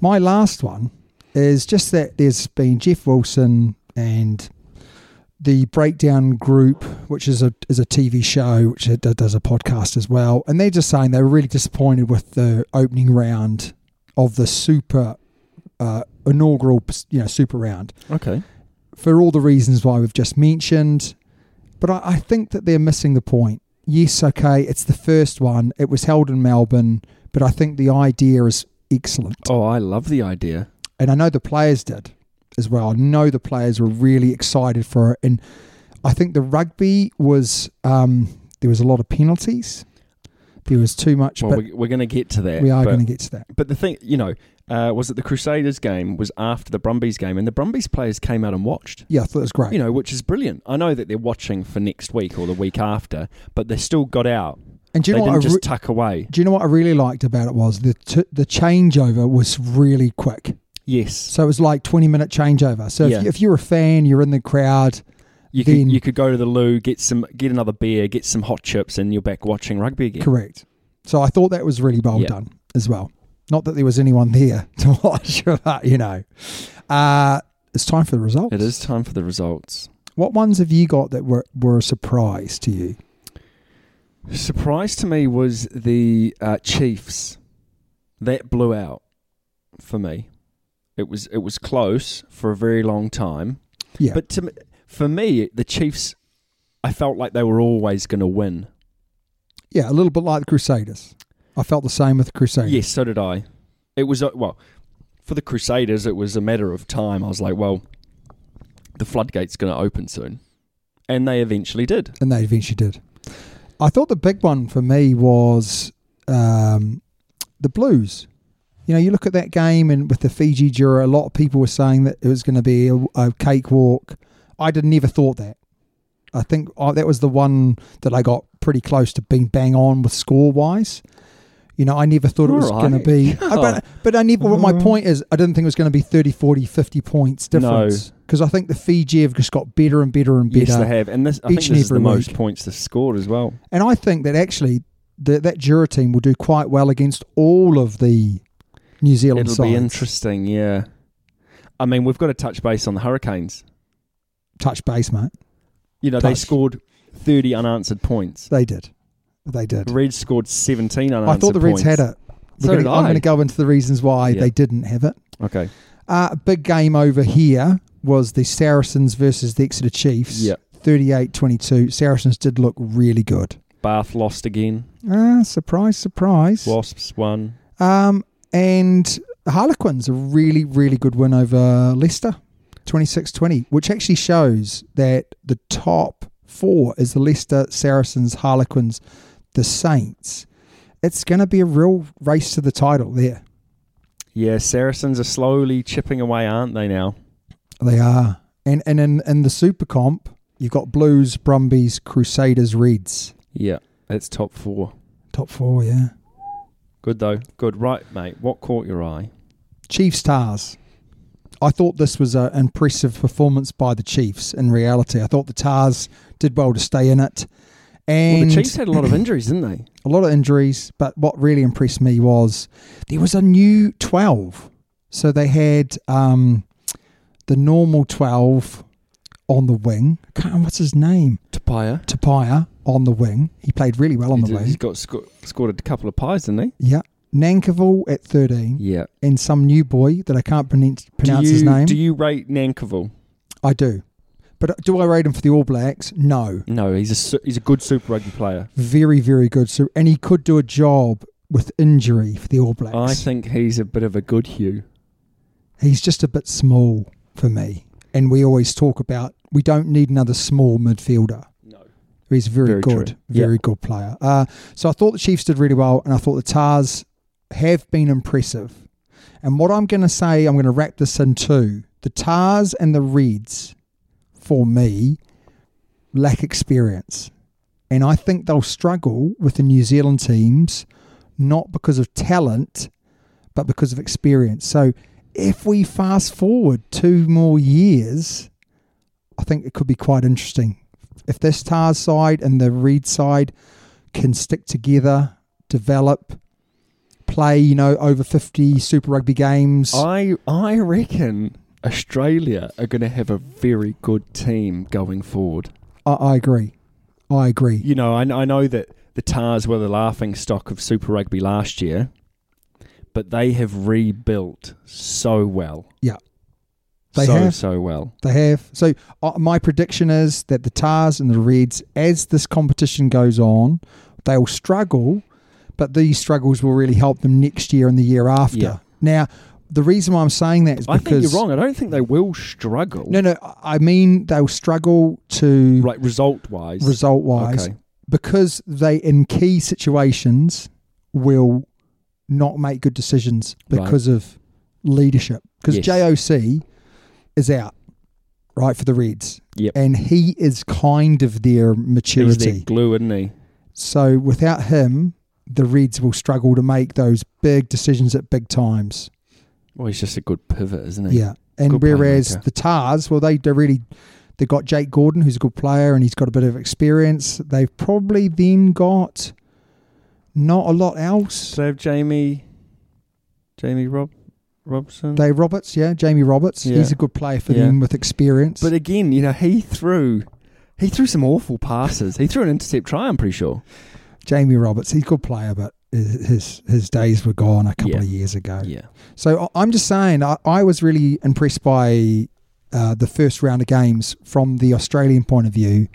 [SPEAKER 1] My last one is just that there's been Jeff Wilson and the Breakdown Group, which is a is a TV show which it does a podcast as well, and they're just saying they were really disappointed with the opening round of the Super uh, inaugural, you know, Super round
[SPEAKER 2] Okay.
[SPEAKER 1] for all the reasons why we've just mentioned. But I, I think that they're missing the point. Yes, okay, it's the first one. It was held in Melbourne, but I think the idea is excellent.
[SPEAKER 2] Oh, I love the idea.
[SPEAKER 1] And I know the players did as well. I know the players were really excited for it. And I think the rugby was, um, there was a lot of penalties. There was too much,
[SPEAKER 2] Well,
[SPEAKER 1] but
[SPEAKER 2] we're, we're going to get to that.
[SPEAKER 1] we are
[SPEAKER 2] but-
[SPEAKER 1] going to get to that.
[SPEAKER 2] But the thing, you know, uh, was that the Crusaders game was after the Brumbies game, and the Brumbies players came out and watched.
[SPEAKER 1] Yeah, I thought it was great.
[SPEAKER 2] You know, which is brilliant. I know that they're watching for next week or the week after, but they still got out.
[SPEAKER 1] and do you
[SPEAKER 2] they
[SPEAKER 1] know what?
[SPEAKER 2] didn't
[SPEAKER 1] I
[SPEAKER 2] just
[SPEAKER 1] re-
[SPEAKER 2] tuck away.
[SPEAKER 1] do you know what I really liked about it was the t- the changeover was really quick.
[SPEAKER 2] Yes,
[SPEAKER 1] So it was like 20 minute changeover. So
[SPEAKER 2] Yeah.
[SPEAKER 1] if, you, if you're a fan, you're in the crowd.
[SPEAKER 2] you
[SPEAKER 1] then-
[SPEAKER 2] could you could go to the loo, get some, get another beer, get some hot chips, and you're back watching rugby again.
[SPEAKER 1] Correct. So I thought that was really well
[SPEAKER 2] Yeah.
[SPEAKER 1] done as well. Not that there was anyone there to watch, but you know. Uh, it's time for the results.
[SPEAKER 2] It is time for the results.
[SPEAKER 1] What ones have you got that were, were a surprise to you?
[SPEAKER 2] Surprise to me was the uh, Chiefs. That blew out for me. It was it was close for a very long time.
[SPEAKER 1] Yeah.
[SPEAKER 2] But to, me- for me, the Chiefs, I felt like they were always going to win.
[SPEAKER 1] Yeah, a little bit like the Crusaders. I felt the same with the Crusaders.
[SPEAKER 2] Yes, so did I. It was uh, well for the Crusaders. It was a matter of time. I was like, well, the floodgate's going to open soon, and they eventually did.
[SPEAKER 1] And they eventually did. I thought the big one for me was um, the Blues. You know, you look at that game and with the Fiji Jura, a lot of people were saying that it was going to be a, a cakewalk. I did never thought that. I think oh, that was the one that I got pretty close to being bang on with score wise. You know, I never thought it was
[SPEAKER 2] All
[SPEAKER 1] going to
[SPEAKER 2] right.
[SPEAKER 1] be. I- but, but I never, what my point is, I didn't think it was going to be 30, 40, 50 points
[SPEAKER 2] Mm. No.
[SPEAKER 1] difference. Because I think the Fiji have just got better and better and better.
[SPEAKER 2] Yes, they have, and this I
[SPEAKER 1] Each
[SPEAKER 2] think
[SPEAKER 1] and
[SPEAKER 2] this is the
[SPEAKER 1] every
[SPEAKER 2] most
[SPEAKER 1] week.
[SPEAKER 2] points they've scored as well.
[SPEAKER 1] And I think that actually the, that Jura team will do quite well against all of the New Zealand
[SPEAKER 2] It'll
[SPEAKER 1] sides.
[SPEAKER 2] be interesting, yeah. I mean, we've got to touch base on the Hurricanes.
[SPEAKER 1] Touch base, mate.
[SPEAKER 2] You know, they
[SPEAKER 1] Touch.
[SPEAKER 2] scored 30 unanswered points.
[SPEAKER 1] They did. They did.
[SPEAKER 2] The Reds scored 17 unanswered
[SPEAKER 1] I thought the Reds had
[SPEAKER 2] points.
[SPEAKER 1] it.
[SPEAKER 2] So
[SPEAKER 1] gonna,
[SPEAKER 2] did
[SPEAKER 1] I'm
[SPEAKER 2] I.
[SPEAKER 1] going to go into the reasons why
[SPEAKER 2] Yeah.
[SPEAKER 1] they didn't have it.
[SPEAKER 2] Okay.
[SPEAKER 1] Uh, a big game over here was the Saracens versus the Exeter Chiefs.
[SPEAKER 2] Yeah.
[SPEAKER 1] 38-22. Saracens did look really good.
[SPEAKER 2] Bath lost again.
[SPEAKER 1] Ah, surprise, surprise.
[SPEAKER 2] Wasps won.
[SPEAKER 1] Um, and Harlequins, a really, really good win over Leicester, 26 20, which actually shows that the top four is the Leicester, Saracens, Harlequins, the Saints. It's going to be a real race to the title there.
[SPEAKER 2] Yeah, Saracens are slowly chipping away, aren't they now?
[SPEAKER 1] They are. And, and in, in the Super Comp, you've got Blues, Brumbies, Crusaders, Reds.
[SPEAKER 2] Yeah, that's top four.
[SPEAKER 1] Top four, yeah.
[SPEAKER 2] Good, though. Good. Right, mate. What caught your eye?
[SPEAKER 1] Chiefs Tars. I thought this was an impressive performance by the Chiefs in reality. I thought the Tars did well to stay in it.
[SPEAKER 2] Well,
[SPEAKER 1] And
[SPEAKER 2] the Chiefs had a lot of injuries, didn't they?
[SPEAKER 1] a lot of injuries, but what really impressed me was there was a new 12. So they had um, the normal 12 on the wing. I can't what's his name?
[SPEAKER 2] Tapia.
[SPEAKER 1] Tapia on the wing. He played really well on the
[SPEAKER 2] He's
[SPEAKER 1] wing.
[SPEAKER 2] got sco- scored a couple of pies, didn't he?
[SPEAKER 1] Yeah. Nankerville at 13
[SPEAKER 2] Yeah.
[SPEAKER 1] and some new boy that I can't pronounce, pronounce
[SPEAKER 2] do you,
[SPEAKER 1] his name.
[SPEAKER 2] Do you rate Nankerville?
[SPEAKER 1] I do. But uh, do I rate him for the All Blacks? No.
[SPEAKER 2] No, he's a su- he's a good Super Rugby player.
[SPEAKER 1] Very, very good. So, and he could do a job with injury for the All Blacks.
[SPEAKER 2] I think he's a bit of a good Hugh.
[SPEAKER 1] He's just a bit small for me. And we always talk about we don't need another small midfielder.
[SPEAKER 2] No.
[SPEAKER 1] He's very,
[SPEAKER 2] Very
[SPEAKER 1] good,
[SPEAKER 2] true.
[SPEAKER 1] very
[SPEAKER 2] Yeah.
[SPEAKER 1] good player. Uh, so I thought the Chiefs did really well, and I thought the Tars have been impressive. And what I'm going to say, I'm going to wrap this in two. The Tars and the Reds, for me, lack experience. And I think they'll struggle with the New Zealand teams, not because of talent, but because of experience. So if we fast forward two more years, I think it could be quite interesting. If this Tars side and the Reed side can stick together, develop, play, you know, over 50 Super Rugby games.
[SPEAKER 2] I I reckon Australia are going to have a very good team going forward.
[SPEAKER 1] I, I agree. I agree.
[SPEAKER 2] You know, I, I know that the Tars were the laughing stock of Super Rugby last year, but they have rebuilt so well.
[SPEAKER 1] Yeah. They
[SPEAKER 2] so,
[SPEAKER 1] have.
[SPEAKER 2] so well.
[SPEAKER 1] They have. So uh, my prediction is that the Tars and the Reds, as this competition goes on, they will struggle, but these struggles will really help them next year and the year after.
[SPEAKER 2] Yeah.
[SPEAKER 1] Now, the reason why I'm saying that is
[SPEAKER 2] I
[SPEAKER 1] because
[SPEAKER 2] think you're wrong. I don't think they will struggle.
[SPEAKER 1] No, no, I- I mean they'll struggle to
[SPEAKER 2] Right, result wise.
[SPEAKER 1] result wise
[SPEAKER 2] Okay.
[SPEAKER 1] because they in key situations will not make good decisions
[SPEAKER 2] Right.
[SPEAKER 1] because of leadership because
[SPEAKER 2] Yes.
[SPEAKER 1] JOC is out right for the Reds
[SPEAKER 2] Yep.
[SPEAKER 1] and he is kind of their
[SPEAKER 2] He's
[SPEAKER 1] maturity
[SPEAKER 2] their glue, isn't he?
[SPEAKER 1] so without him the Reds will struggle to make those big decisions at big times
[SPEAKER 2] Well, he's just a good pivot, isn't he?
[SPEAKER 1] yeah and
[SPEAKER 2] Good
[SPEAKER 1] whereas
[SPEAKER 2] playmaker.
[SPEAKER 1] the Tars well they they really they got Jake Gordon who's a good player and he's got a bit of experience they've probably then got not a lot else
[SPEAKER 2] So they have Jamie, Jamie Rob, Robson.
[SPEAKER 1] Dave Roberts, yeah, Jamie Roberts.
[SPEAKER 2] Yeah.
[SPEAKER 1] He's a good player for
[SPEAKER 2] Yeah.
[SPEAKER 1] them with experience.
[SPEAKER 2] but again, you know, he threw, he threw some awful passes. he threw an intercept try. I'm pretty sure.
[SPEAKER 1] Jamie Roberts, he's a good player, but his his, his days were gone a couple
[SPEAKER 2] Yeah.
[SPEAKER 1] of years ago.
[SPEAKER 2] Yeah.
[SPEAKER 1] So I- I'm just saying, I, I was really impressed by uh, the first round of games from the Australian point of view,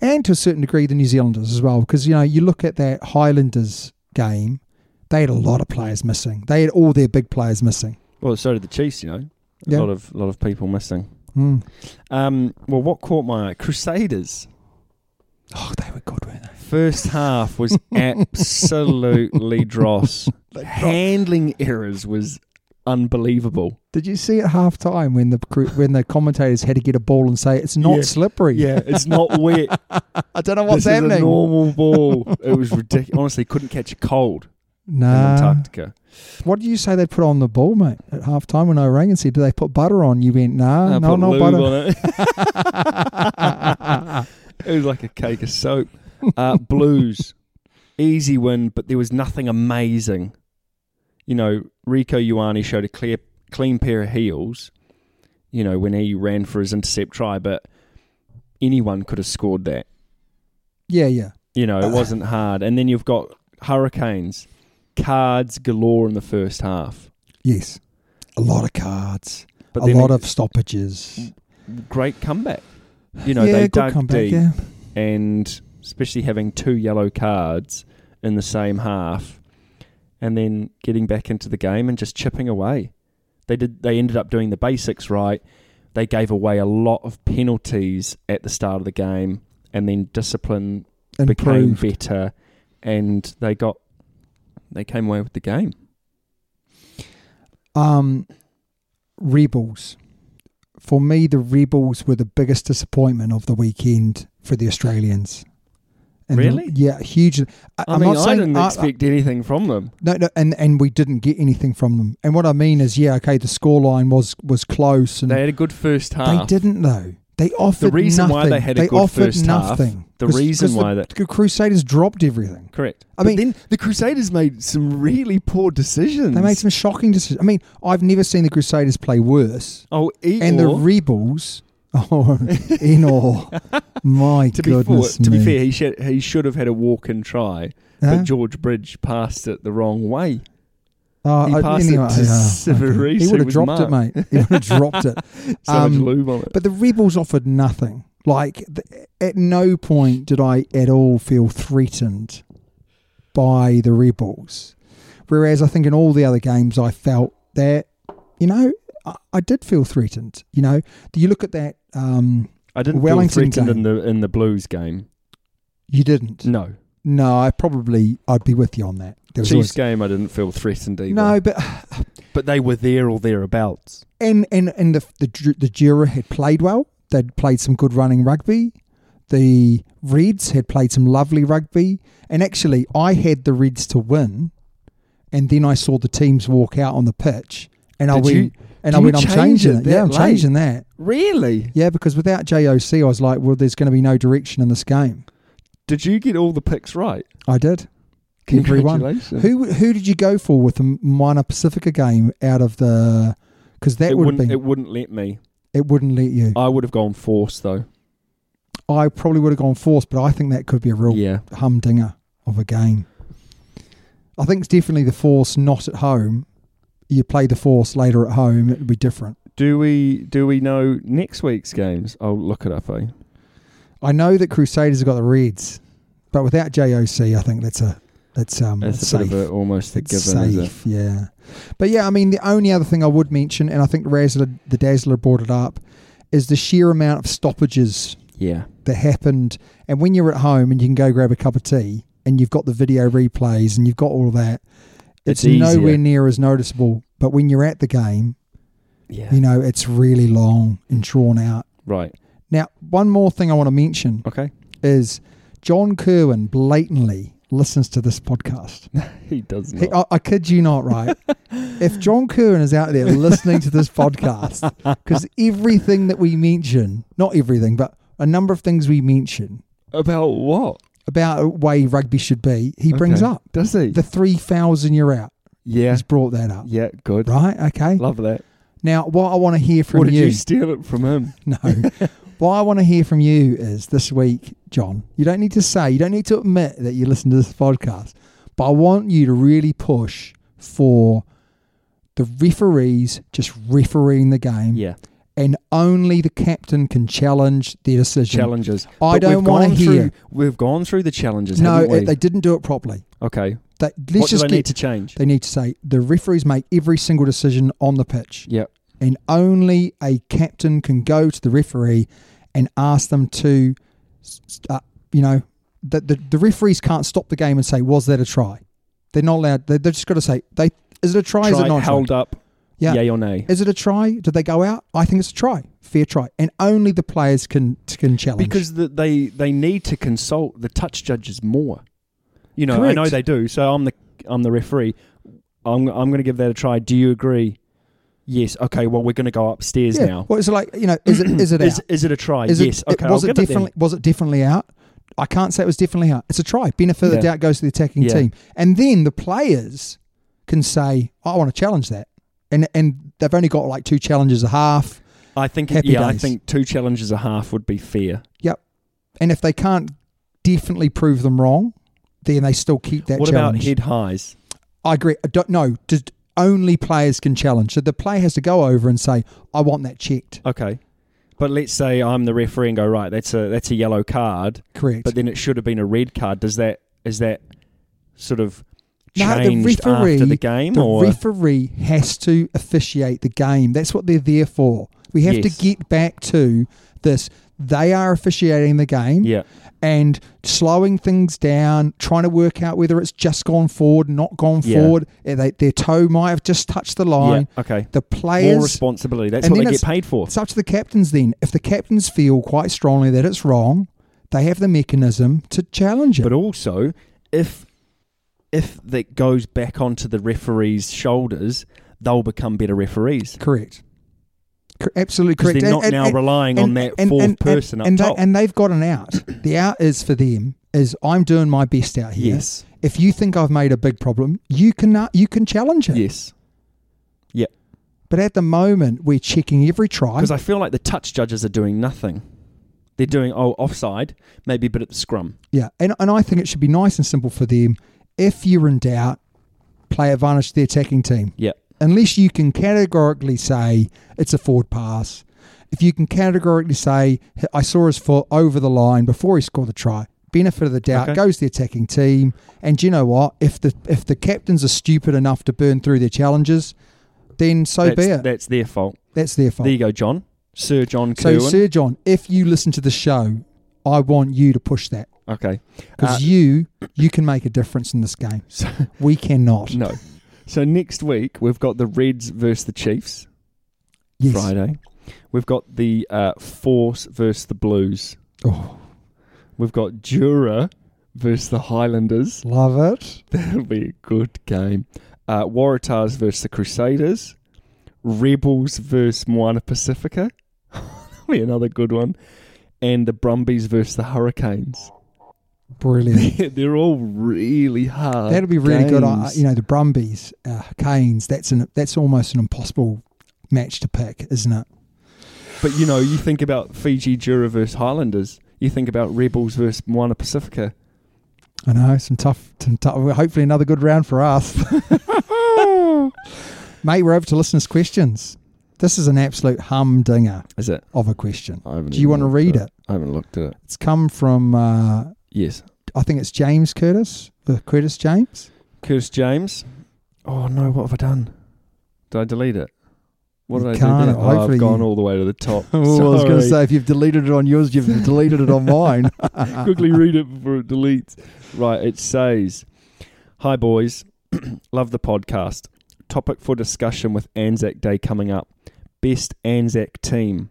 [SPEAKER 1] and to a certain degree the New Zealanders as well, because you know you look at that Highlanders game, they had a lot of players missing. They had all their big players missing.
[SPEAKER 2] Well, so did the Chiefs. You know, a
[SPEAKER 1] Yeah.
[SPEAKER 2] lot of lot of people missing.
[SPEAKER 1] Mm.
[SPEAKER 2] Um, well, what caught my eye? Crusaders.
[SPEAKER 1] Oh, they were good, weren't they?
[SPEAKER 2] First half was absolutely dross. Handling errors was unbelievable.
[SPEAKER 1] Did you see at half time when the cru- when the commentators had to get a ball and say it's not
[SPEAKER 2] Yeah.
[SPEAKER 1] slippery?
[SPEAKER 2] Yeah, it's not wet.
[SPEAKER 1] I don't know what's
[SPEAKER 2] this
[SPEAKER 1] happening.
[SPEAKER 2] is a normal ball. It was ridiculous. Honestly, couldn't catch a cold in
[SPEAKER 1] nah.
[SPEAKER 2] Antarctica.
[SPEAKER 1] What did you say they put on the ball, mate, at half time when I rang and said, Do they put butter on? You went, Nah,
[SPEAKER 2] I
[SPEAKER 1] uh, no,
[SPEAKER 2] put
[SPEAKER 1] no
[SPEAKER 2] lube
[SPEAKER 1] butter.
[SPEAKER 2] on it. it was like a cake of soap. Uh, blues, easy win, but there was nothing amazing. You know, Rico Ioane showed a clear, clean pair of heels. You know, when he ran for his intercept try, but anyone could have scored that.
[SPEAKER 1] Yeah, yeah.
[SPEAKER 2] You know, it wasn't hard. And then you've got hurricanes, cards galore in the first half.
[SPEAKER 1] Yes. A lot of cards,
[SPEAKER 2] But
[SPEAKER 1] a
[SPEAKER 2] then
[SPEAKER 1] lot
[SPEAKER 2] it-
[SPEAKER 1] of stoppages.
[SPEAKER 2] great comeback. You know,
[SPEAKER 1] yeah,
[SPEAKER 2] they
[SPEAKER 1] good
[SPEAKER 2] dug
[SPEAKER 1] comeback,
[SPEAKER 2] deep,
[SPEAKER 1] yeah.
[SPEAKER 2] and especially having two yellow cards in the same half, and then getting back into the game and just chipping away. They did. They ended up doing the basics right. They gave away a lot of penalties at the start of the game, and then discipline became
[SPEAKER 1] Improved.
[SPEAKER 2] better, and they got they came away with the game.
[SPEAKER 1] Um, Rebels. For me, the Rebels were the biggest disappointment of the weekend for the Australians. And the-
[SPEAKER 2] Really?
[SPEAKER 1] yeah, huge. I,
[SPEAKER 2] I
[SPEAKER 1] am
[SPEAKER 2] mean,
[SPEAKER 1] not
[SPEAKER 2] I
[SPEAKER 1] saying
[SPEAKER 2] didn't
[SPEAKER 1] I-
[SPEAKER 2] expect anything from them.
[SPEAKER 1] No, no, and and we didn't get anything from them. And what I mean is, yeah, okay, the scoreline was was close, and
[SPEAKER 2] They
[SPEAKER 1] they,
[SPEAKER 2] had a good first half.
[SPEAKER 1] didn't though. They offered
[SPEAKER 2] The reason
[SPEAKER 1] nothing.
[SPEAKER 2] why they had a good
[SPEAKER 1] offered
[SPEAKER 2] first half,
[SPEAKER 1] nothing.
[SPEAKER 2] the
[SPEAKER 1] 'Cause-
[SPEAKER 2] reason
[SPEAKER 1] 'cause
[SPEAKER 2] why
[SPEAKER 1] the,
[SPEAKER 2] that-
[SPEAKER 1] the Crusaders dropped everything.
[SPEAKER 2] Correct.
[SPEAKER 1] I mean-
[SPEAKER 2] then the Crusaders made some really poor decisions.
[SPEAKER 1] They made some shocking decisions. I mean, I've never seen the Crusaders play worse.
[SPEAKER 2] Oh, Eeyore,
[SPEAKER 1] And the Rebels, oh, in awe. My
[SPEAKER 2] to be fair,
[SPEAKER 1] goodness,
[SPEAKER 2] to be
[SPEAKER 1] me.
[SPEAKER 2] fair, he should he should have had a walk and try,
[SPEAKER 1] Huh?
[SPEAKER 2] but George Bridge passed it the wrong way.
[SPEAKER 1] Oh,
[SPEAKER 2] he
[SPEAKER 1] I-
[SPEAKER 2] passed it to Savarese,
[SPEAKER 1] He would
[SPEAKER 2] who
[SPEAKER 1] have
[SPEAKER 2] was
[SPEAKER 1] dropped it,
[SPEAKER 2] marked.
[SPEAKER 1] mate. He would have dropped it.
[SPEAKER 2] So much lube on it.
[SPEAKER 1] Um, But the Rebels offered nothing. Like, th- at no point did I at all feel threatened by the Rebels. Whereas I think in all the other games, I felt that, you know, I, I did feel threatened. You know, do you look at that? Um,
[SPEAKER 2] I didn't
[SPEAKER 1] Wellington
[SPEAKER 2] feel threatened in
[SPEAKER 1] game.
[SPEAKER 2] the in the Blues game.
[SPEAKER 1] you didn't.
[SPEAKER 2] No,
[SPEAKER 1] No, I probably, I'd be with you on that. There was
[SPEAKER 2] Chiefs
[SPEAKER 1] always,
[SPEAKER 2] game I didn't feel threatened either.
[SPEAKER 1] no, but
[SPEAKER 2] but they were there or thereabouts.
[SPEAKER 1] and and and the the Ju- the Jura had played well. They'd played some good running rugby. The Reds had played some lovely rugby, and actually, I had the Reds to win, and then I saw the teams walk out on the pitch, and I
[SPEAKER 2] Did
[SPEAKER 1] went,
[SPEAKER 2] you-
[SPEAKER 1] and
[SPEAKER 2] did
[SPEAKER 1] I
[SPEAKER 2] you
[SPEAKER 1] went, I'm
[SPEAKER 2] change
[SPEAKER 1] changing
[SPEAKER 2] it
[SPEAKER 1] it. Yeah,
[SPEAKER 2] that
[SPEAKER 1] I'm
[SPEAKER 2] late?
[SPEAKER 1] changing that.
[SPEAKER 2] Really?
[SPEAKER 1] Yeah, because without JOC, I was like, well, there's going to be no direction in this game.
[SPEAKER 2] Did you get all the picks right?
[SPEAKER 1] I did. Everyone.
[SPEAKER 2] Congratulations.
[SPEAKER 1] Who who did you go for with the Minor Pacifica game out of the? Because that
[SPEAKER 2] it
[SPEAKER 1] would have
[SPEAKER 2] wouldn't.
[SPEAKER 1] been
[SPEAKER 2] It wouldn't let me.
[SPEAKER 1] it wouldn't let you.
[SPEAKER 2] I would have gone force though.
[SPEAKER 1] I probably would have gone force, but I think that could be a real
[SPEAKER 2] Yeah.
[SPEAKER 1] humdinger of a game. I think it's definitely the force not at home. You play the force later at home, it would be different.
[SPEAKER 2] Do we do we know next week's games? I'll look it up. Eh?
[SPEAKER 1] I know that Crusaders have got the Reds, but without JOC, I think that's a that's um
[SPEAKER 2] It's a
[SPEAKER 1] safe.
[SPEAKER 2] bit of a, almost a
[SPEAKER 1] It's
[SPEAKER 2] given. is it?
[SPEAKER 1] safe, yeah. But yeah, I mean, the only other thing I would mention, and I think Razzler, the Dazzler brought it up, is the sheer amount of stoppages
[SPEAKER 2] Yeah.
[SPEAKER 1] that happened. And when you're at home and you can go grab a cup of tea and you've got the video replays and you've got all that, it's,
[SPEAKER 2] It's easier.
[SPEAKER 1] nowhere near as noticeable. But when you're at the game,
[SPEAKER 2] Yeah.
[SPEAKER 1] you know, it's really long and drawn out.
[SPEAKER 2] right.
[SPEAKER 1] Now, one more thing I want to mention
[SPEAKER 2] Okay.
[SPEAKER 1] is John Kerwin blatantly listens to this podcast.
[SPEAKER 2] He does not.
[SPEAKER 1] He, I, I kid you not, right? if John Curran is out there listening to this podcast, because everything that we mention, not everything, but a number of things we mention
[SPEAKER 2] About what?
[SPEAKER 1] about a way rugby should be, he brings
[SPEAKER 2] Okay.
[SPEAKER 1] up.
[SPEAKER 2] Does he?
[SPEAKER 1] The 3,000 you're out.
[SPEAKER 2] yeah.
[SPEAKER 1] He's brought that up.
[SPEAKER 2] Yeah. Good.
[SPEAKER 1] Right? Okay.
[SPEAKER 2] Love that.
[SPEAKER 1] Now, what I want to hear from
[SPEAKER 2] What did you
[SPEAKER 1] you.
[SPEAKER 2] steal it from him?
[SPEAKER 1] No. what I want to hear from you is this week, John, you don't need to say, you don't need to admit that you listen to this podcast, but I want you to really push for the referees just refereeing the game
[SPEAKER 2] Yeah.
[SPEAKER 1] and only the captain can challenge their decision.
[SPEAKER 2] Challenges.
[SPEAKER 1] I
[SPEAKER 2] But we've
[SPEAKER 1] don't wanna
[SPEAKER 2] gone through-
[SPEAKER 1] hear-
[SPEAKER 2] We've gone through the challenges.
[SPEAKER 1] No,
[SPEAKER 2] haven't we?
[SPEAKER 1] it, they didn't do it properly.
[SPEAKER 2] okay.
[SPEAKER 1] They, let's
[SPEAKER 2] What do
[SPEAKER 1] just
[SPEAKER 2] they
[SPEAKER 1] get,
[SPEAKER 2] need to change?
[SPEAKER 1] they need to say the referees make every single decision on the pitch.
[SPEAKER 2] Yeah.
[SPEAKER 1] and only a captain can go to the referee and ask them to, s- s- uh, you know, the, the the referees can't stop the game and say was that a try? They're not allowed. They, they've just got to say they is it a try? is
[SPEAKER 2] Try
[SPEAKER 1] it not a try?
[SPEAKER 2] held up.
[SPEAKER 1] Yeah.
[SPEAKER 2] Yay or nay?
[SPEAKER 1] Is it a try? Did they go out? I think it's a try, fair try, and only the players can can challenge.
[SPEAKER 2] because the, they they need to consult the touch judges more. You know, I
[SPEAKER 1] Correct.
[SPEAKER 2] know they do. So I'm the I'm the referee. I'm I'm going to give that a try. Do you agree? Yes. Okay. Well, we're going to go upstairs
[SPEAKER 1] yeah,
[SPEAKER 2] now.
[SPEAKER 1] well, it's like you know, is it is it out?
[SPEAKER 2] Is, is it a try?
[SPEAKER 1] Is
[SPEAKER 2] Uh, yes.
[SPEAKER 1] it,
[SPEAKER 2] okay.
[SPEAKER 1] was
[SPEAKER 2] I'll
[SPEAKER 1] it
[SPEAKER 2] give then.
[SPEAKER 1] definitely was it definitely out? I can't say it was definitely out. It's a try. Benefit of the
[SPEAKER 2] Yeah.
[SPEAKER 1] doubt goes to the attacking
[SPEAKER 2] Yeah.
[SPEAKER 1] team, and then the players can say, "I want to challenge that," and and they've only got like two challenges a half.
[SPEAKER 2] I think.
[SPEAKER 1] Happy
[SPEAKER 2] yeah. I
[SPEAKER 1] days.
[SPEAKER 2] think two challenges a half would be fair.
[SPEAKER 1] Yep. And if they can't definitely prove them wrong, then they still keep that
[SPEAKER 2] what
[SPEAKER 1] challenge.
[SPEAKER 2] about head highs?
[SPEAKER 1] I agree. I don't, no, just only players can challenge. So the player has to go over and say, "I want that checked."
[SPEAKER 2] Okay. But let's say I'm the referee and go right. That's a that's a yellow card.
[SPEAKER 1] Correct.
[SPEAKER 2] But then it should have been a red card. Does that is that sort of
[SPEAKER 1] No,
[SPEAKER 2] changed after the game
[SPEAKER 1] the
[SPEAKER 2] or
[SPEAKER 1] referee has to officiate the game. That's what they're there for. We have
[SPEAKER 2] Yes.
[SPEAKER 1] to get back to this. They are officiating the game
[SPEAKER 2] yeah?
[SPEAKER 1] and slowing things down, trying to work out whether it's just gone forward, not gone
[SPEAKER 2] Yeah.
[SPEAKER 1] forward. eh, they- their toe might have just touched the line.
[SPEAKER 2] Yeah, okay.
[SPEAKER 1] The
[SPEAKER 2] More
[SPEAKER 1] players.
[SPEAKER 2] responsibility. That's
[SPEAKER 1] and
[SPEAKER 2] what
[SPEAKER 1] then
[SPEAKER 2] they get
[SPEAKER 1] it's-
[SPEAKER 2] paid for.
[SPEAKER 1] It's up to the captains then. If the captains feel quite strongly that it's wrong, they have the mechanism to challenge it.
[SPEAKER 2] But also, if if that goes back onto the referees' shoulders, they'll become better referees.
[SPEAKER 1] Correct. Cor- Absolutely
[SPEAKER 2] Because
[SPEAKER 1] correct.
[SPEAKER 2] they're not now relying on that fourth person up
[SPEAKER 1] and
[SPEAKER 2] top.
[SPEAKER 1] and they've got an out. the out is for them is I'm doing my best out here.
[SPEAKER 2] Yes.
[SPEAKER 1] If you think I've made a big problem, you can uh, you can challenge it.
[SPEAKER 2] Yes. Yeah.
[SPEAKER 1] But at the moment, we're checking every try.
[SPEAKER 2] Because I feel like the touch judges are doing nothing. They're doing oh offside, maybe a bit at the scrum.
[SPEAKER 1] yeah, and and I think it should be nice and simple for them. If you're in doubt, play advantage to the attacking team.
[SPEAKER 2] Yeah.
[SPEAKER 1] unless you can categorically say it's a forward pass, if you can categorically say I saw his foot over the line before he scored the try, benefit of the doubt
[SPEAKER 2] Okay.
[SPEAKER 1] goes to the attacking team. And do you know what? If the if the captains are stupid enough to burn through their challenges, then so
[SPEAKER 2] that's,
[SPEAKER 1] Oh, be it.
[SPEAKER 2] that's their fault.
[SPEAKER 1] That's their fault.
[SPEAKER 2] There you go, John. Sir John
[SPEAKER 1] so,
[SPEAKER 2] Kerwin.
[SPEAKER 1] Sir John, if you listen to the show, I want you to push that
[SPEAKER 2] okay.
[SPEAKER 1] because
[SPEAKER 2] Uh,
[SPEAKER 1] you you can make a difference in this game. we cannot.
[SPEAKER 2] No. So next week we've got the Reds versus the Chiefs.
[SPEAKER 1] Yes.
[SPEAKER 2] Friday. We've got the uh, Force versus the Blues.
[SPEAKER 1] Oh,
[SPEAKER 2] We've got Jura versus the Highlanders.
[SPEAKER 1] love it.
[SPEAKER 2] That'll be a good game. uh, Waratahs versus the Crusaders, Rebels versus Moana Pacifica. That'll be another good one. And the Brumbies versus the Hurricanes.
[SPEAKER 1] Brilliant.
[SPEAKER 2] They're all really hard.
[SPEAKER 1] That'll be really good. I,
[SPEAKER 2] games.
[SPEAKER 1] you know, the Brumbies, uh, Canes. That's an that's almost an impossible match to pick, isn't it?
[SPEAKER 2] But you know, you think about Fiji Jura versus Highlanders. You think about Rebels versus Moana Pacifica.
[SPEAKER 1] I know some tough, some tough. Hopefully, another good round for us, mate. We're over to listeners' questions. This is an absolute humdinger
[SPEAKER 2] Is it?
[SPEAKER 1] of a question.
[SPEAKER 2] I haven't
[SPEAKER 1] Do you
[SPEAKER 2] even
[SPEAKER 1] want to
[SPEAKER 2] looked
[SPEAKER 1] read
[SPEAKER 2] at
[SPEAKER 1] it?
[SPEAKER 2] I haven't looked at it.
[SPEAKER 1] It's come from uh,
[SPEAKER 2] Yes.
[SPEAKER 1] I think it's James Curtis, uh, Curtis James.
[SPEAKER 2] Curse James. Oh no, what have I done? Did I delete it? What
[SPEAKER 1] You
[SPEAKER 2] did I
[SPEAKER 1] can't.
[SPEAKER 2] do? There? Oh,
[SPEAKER 1] Hopefully
[SPEAKER 2] I've gone
[SPEAKER 1] you-
[SPEAKER 2] all the way to the top. Oh, Sorry.
[SPEAKER 1] if you've deleted it on yours, you've deleted it on mine.
[SPEAKER 2] quickly read it before it deletes. Right, it says, "Hi boys, love the podcast. Topic for discussion with Anzac Day coming up. Best Anzac team,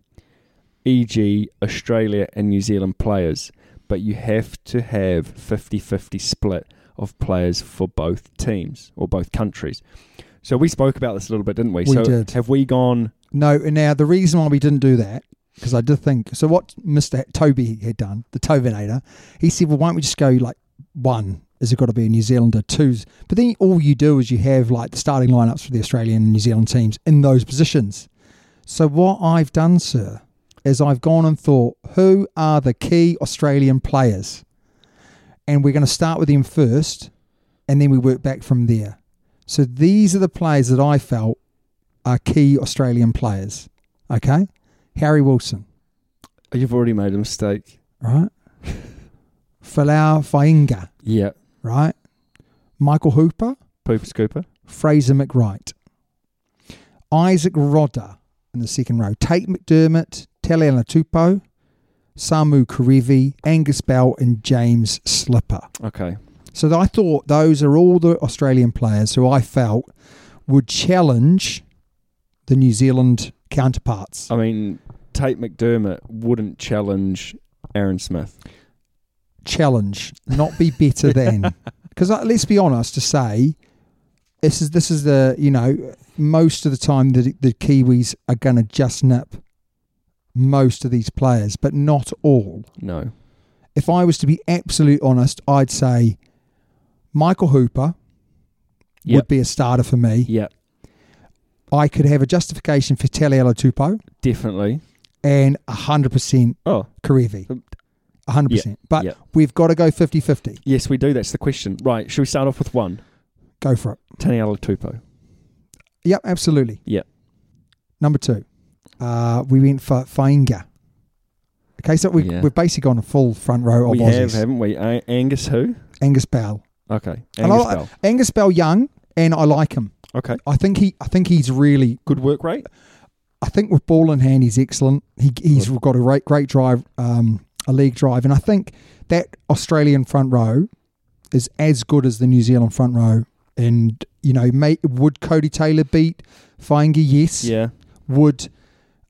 [SPEAKER 2] e.g., Australia and New Zealand players, but you have to have 50-50 split of players for both teams or both countries." So we spoke about this a little bit, didn't we?
[SPEAKER 1] We
[SPEAKER 2] so
[SPEAKER 1] did.
[SPEAKER 2] have we gone?
[SPEAKER 1] No, and now the reason why we didn't do that, because I did think, so what Mr. Toby had done, the Tobinator, he said, well, why don't we just go like one? Is it got to be a New Zealander? Two's. But then all you do is you have like the starting lineups for the Australian and New Zealand teams in those positions. So what I've done, sir, is I've gone and thought, who are the key Australian players? And we're going to start with them first, and then we work back from there. So these are the players that I felt are key Australian players. Okay, Harry Wilson,
[SPEAKER 2] You've already made a mistake.
[SPEAKER 1] right? Falau Fainga,
[SPEAKER 2] Yeah,
[SPEAKER 1] right? Michael Hooper,
[SPEAKER 2] pooper scooper.
[SPEAKER 1] Fraser McWright, Isaac Rodder in the second row, Tate McDermott, Tele Latupo, Samu Karevi, Angus Bell, and James Slipper.
[SPEAKER 2] Okay.
[SPEAKER 1] So I thought those are all the Australian players who I felt would challenge the New Zealand counterparts.
[SPEAKER 2] I mean, Tate McDermott wouldn't challenge Aaron Smith.
[SPEAKER 1] challenge, not be better than. Because let's be honest, to say this is this is the you know most of the time the the Kiwis are going to just nip most of these players, but not all.
[SPEAKER 2] No.
[SPEAKER 1] If I was to be absolute honest, I'd say Michael Hooper
[SPEAKER 2] Yep.
[SPEAKER 1] would be a starter for me.
[SPEAKER 2] Yeah,
[SPEAKER 1] I could have a justification for Tele Tupo
[SPEAKER 2] definitely.
[SPEAKER 1] and hundred percent
[SPEAKER 2] Oh,
[SPEAKER 1] Karevi.
[SPEAKER 2] Um,
[SPEAKER 1] 100%. But
[SPEAKER 2] yeah.
[SPEAKER 1] we've got to go 50 50.
[SPEAKER 2] yes, we do. That's the question. Right. Should we start off with one?
[SPEAKER 1] Go for it.
[SPEAKER 2] Taniela Tupo.
[SPEAKER 1] Yep, absolutely.
[SPEAKER 2] Yep.
[SPEAKER 1] Number two, uh, we went for Fainga. Okay, so we,
[SPEAKER 2] Yeah.
[SPEAKER 1] we've basically gone a full front row of
[SPEAKER 2] we have,
[SPEAKER 1] Aussies.
[SPEAKER 2] haven't we? A- Angus who?
[SPEAKER 1] Angus Bell.
[SPEAKER 2] Okay.
[SPEAKER 1] And I
[SPEAKER 2] Angus
[SPEAKER 1] like-
[SPEAKER 2] Bell.
[SPEAKER 1] Angus Bell, young, and I like him.
[SPEAKER 2] Okay.
[SPEAKER 1] I think he, I think he's really.
[SPEAKER 2] Good work rate.
[SPEAKER 1] I think with ball in hand, he's excellent. He, he's got a great, great drive, um, a league drive, and I think that Australian front row is as good as the New Zealand front row. And you know, mate, would Cody Taylor beat Fainga? Yes.
[SPEAKER 2] Yeah.
[SPEAKER 1] Would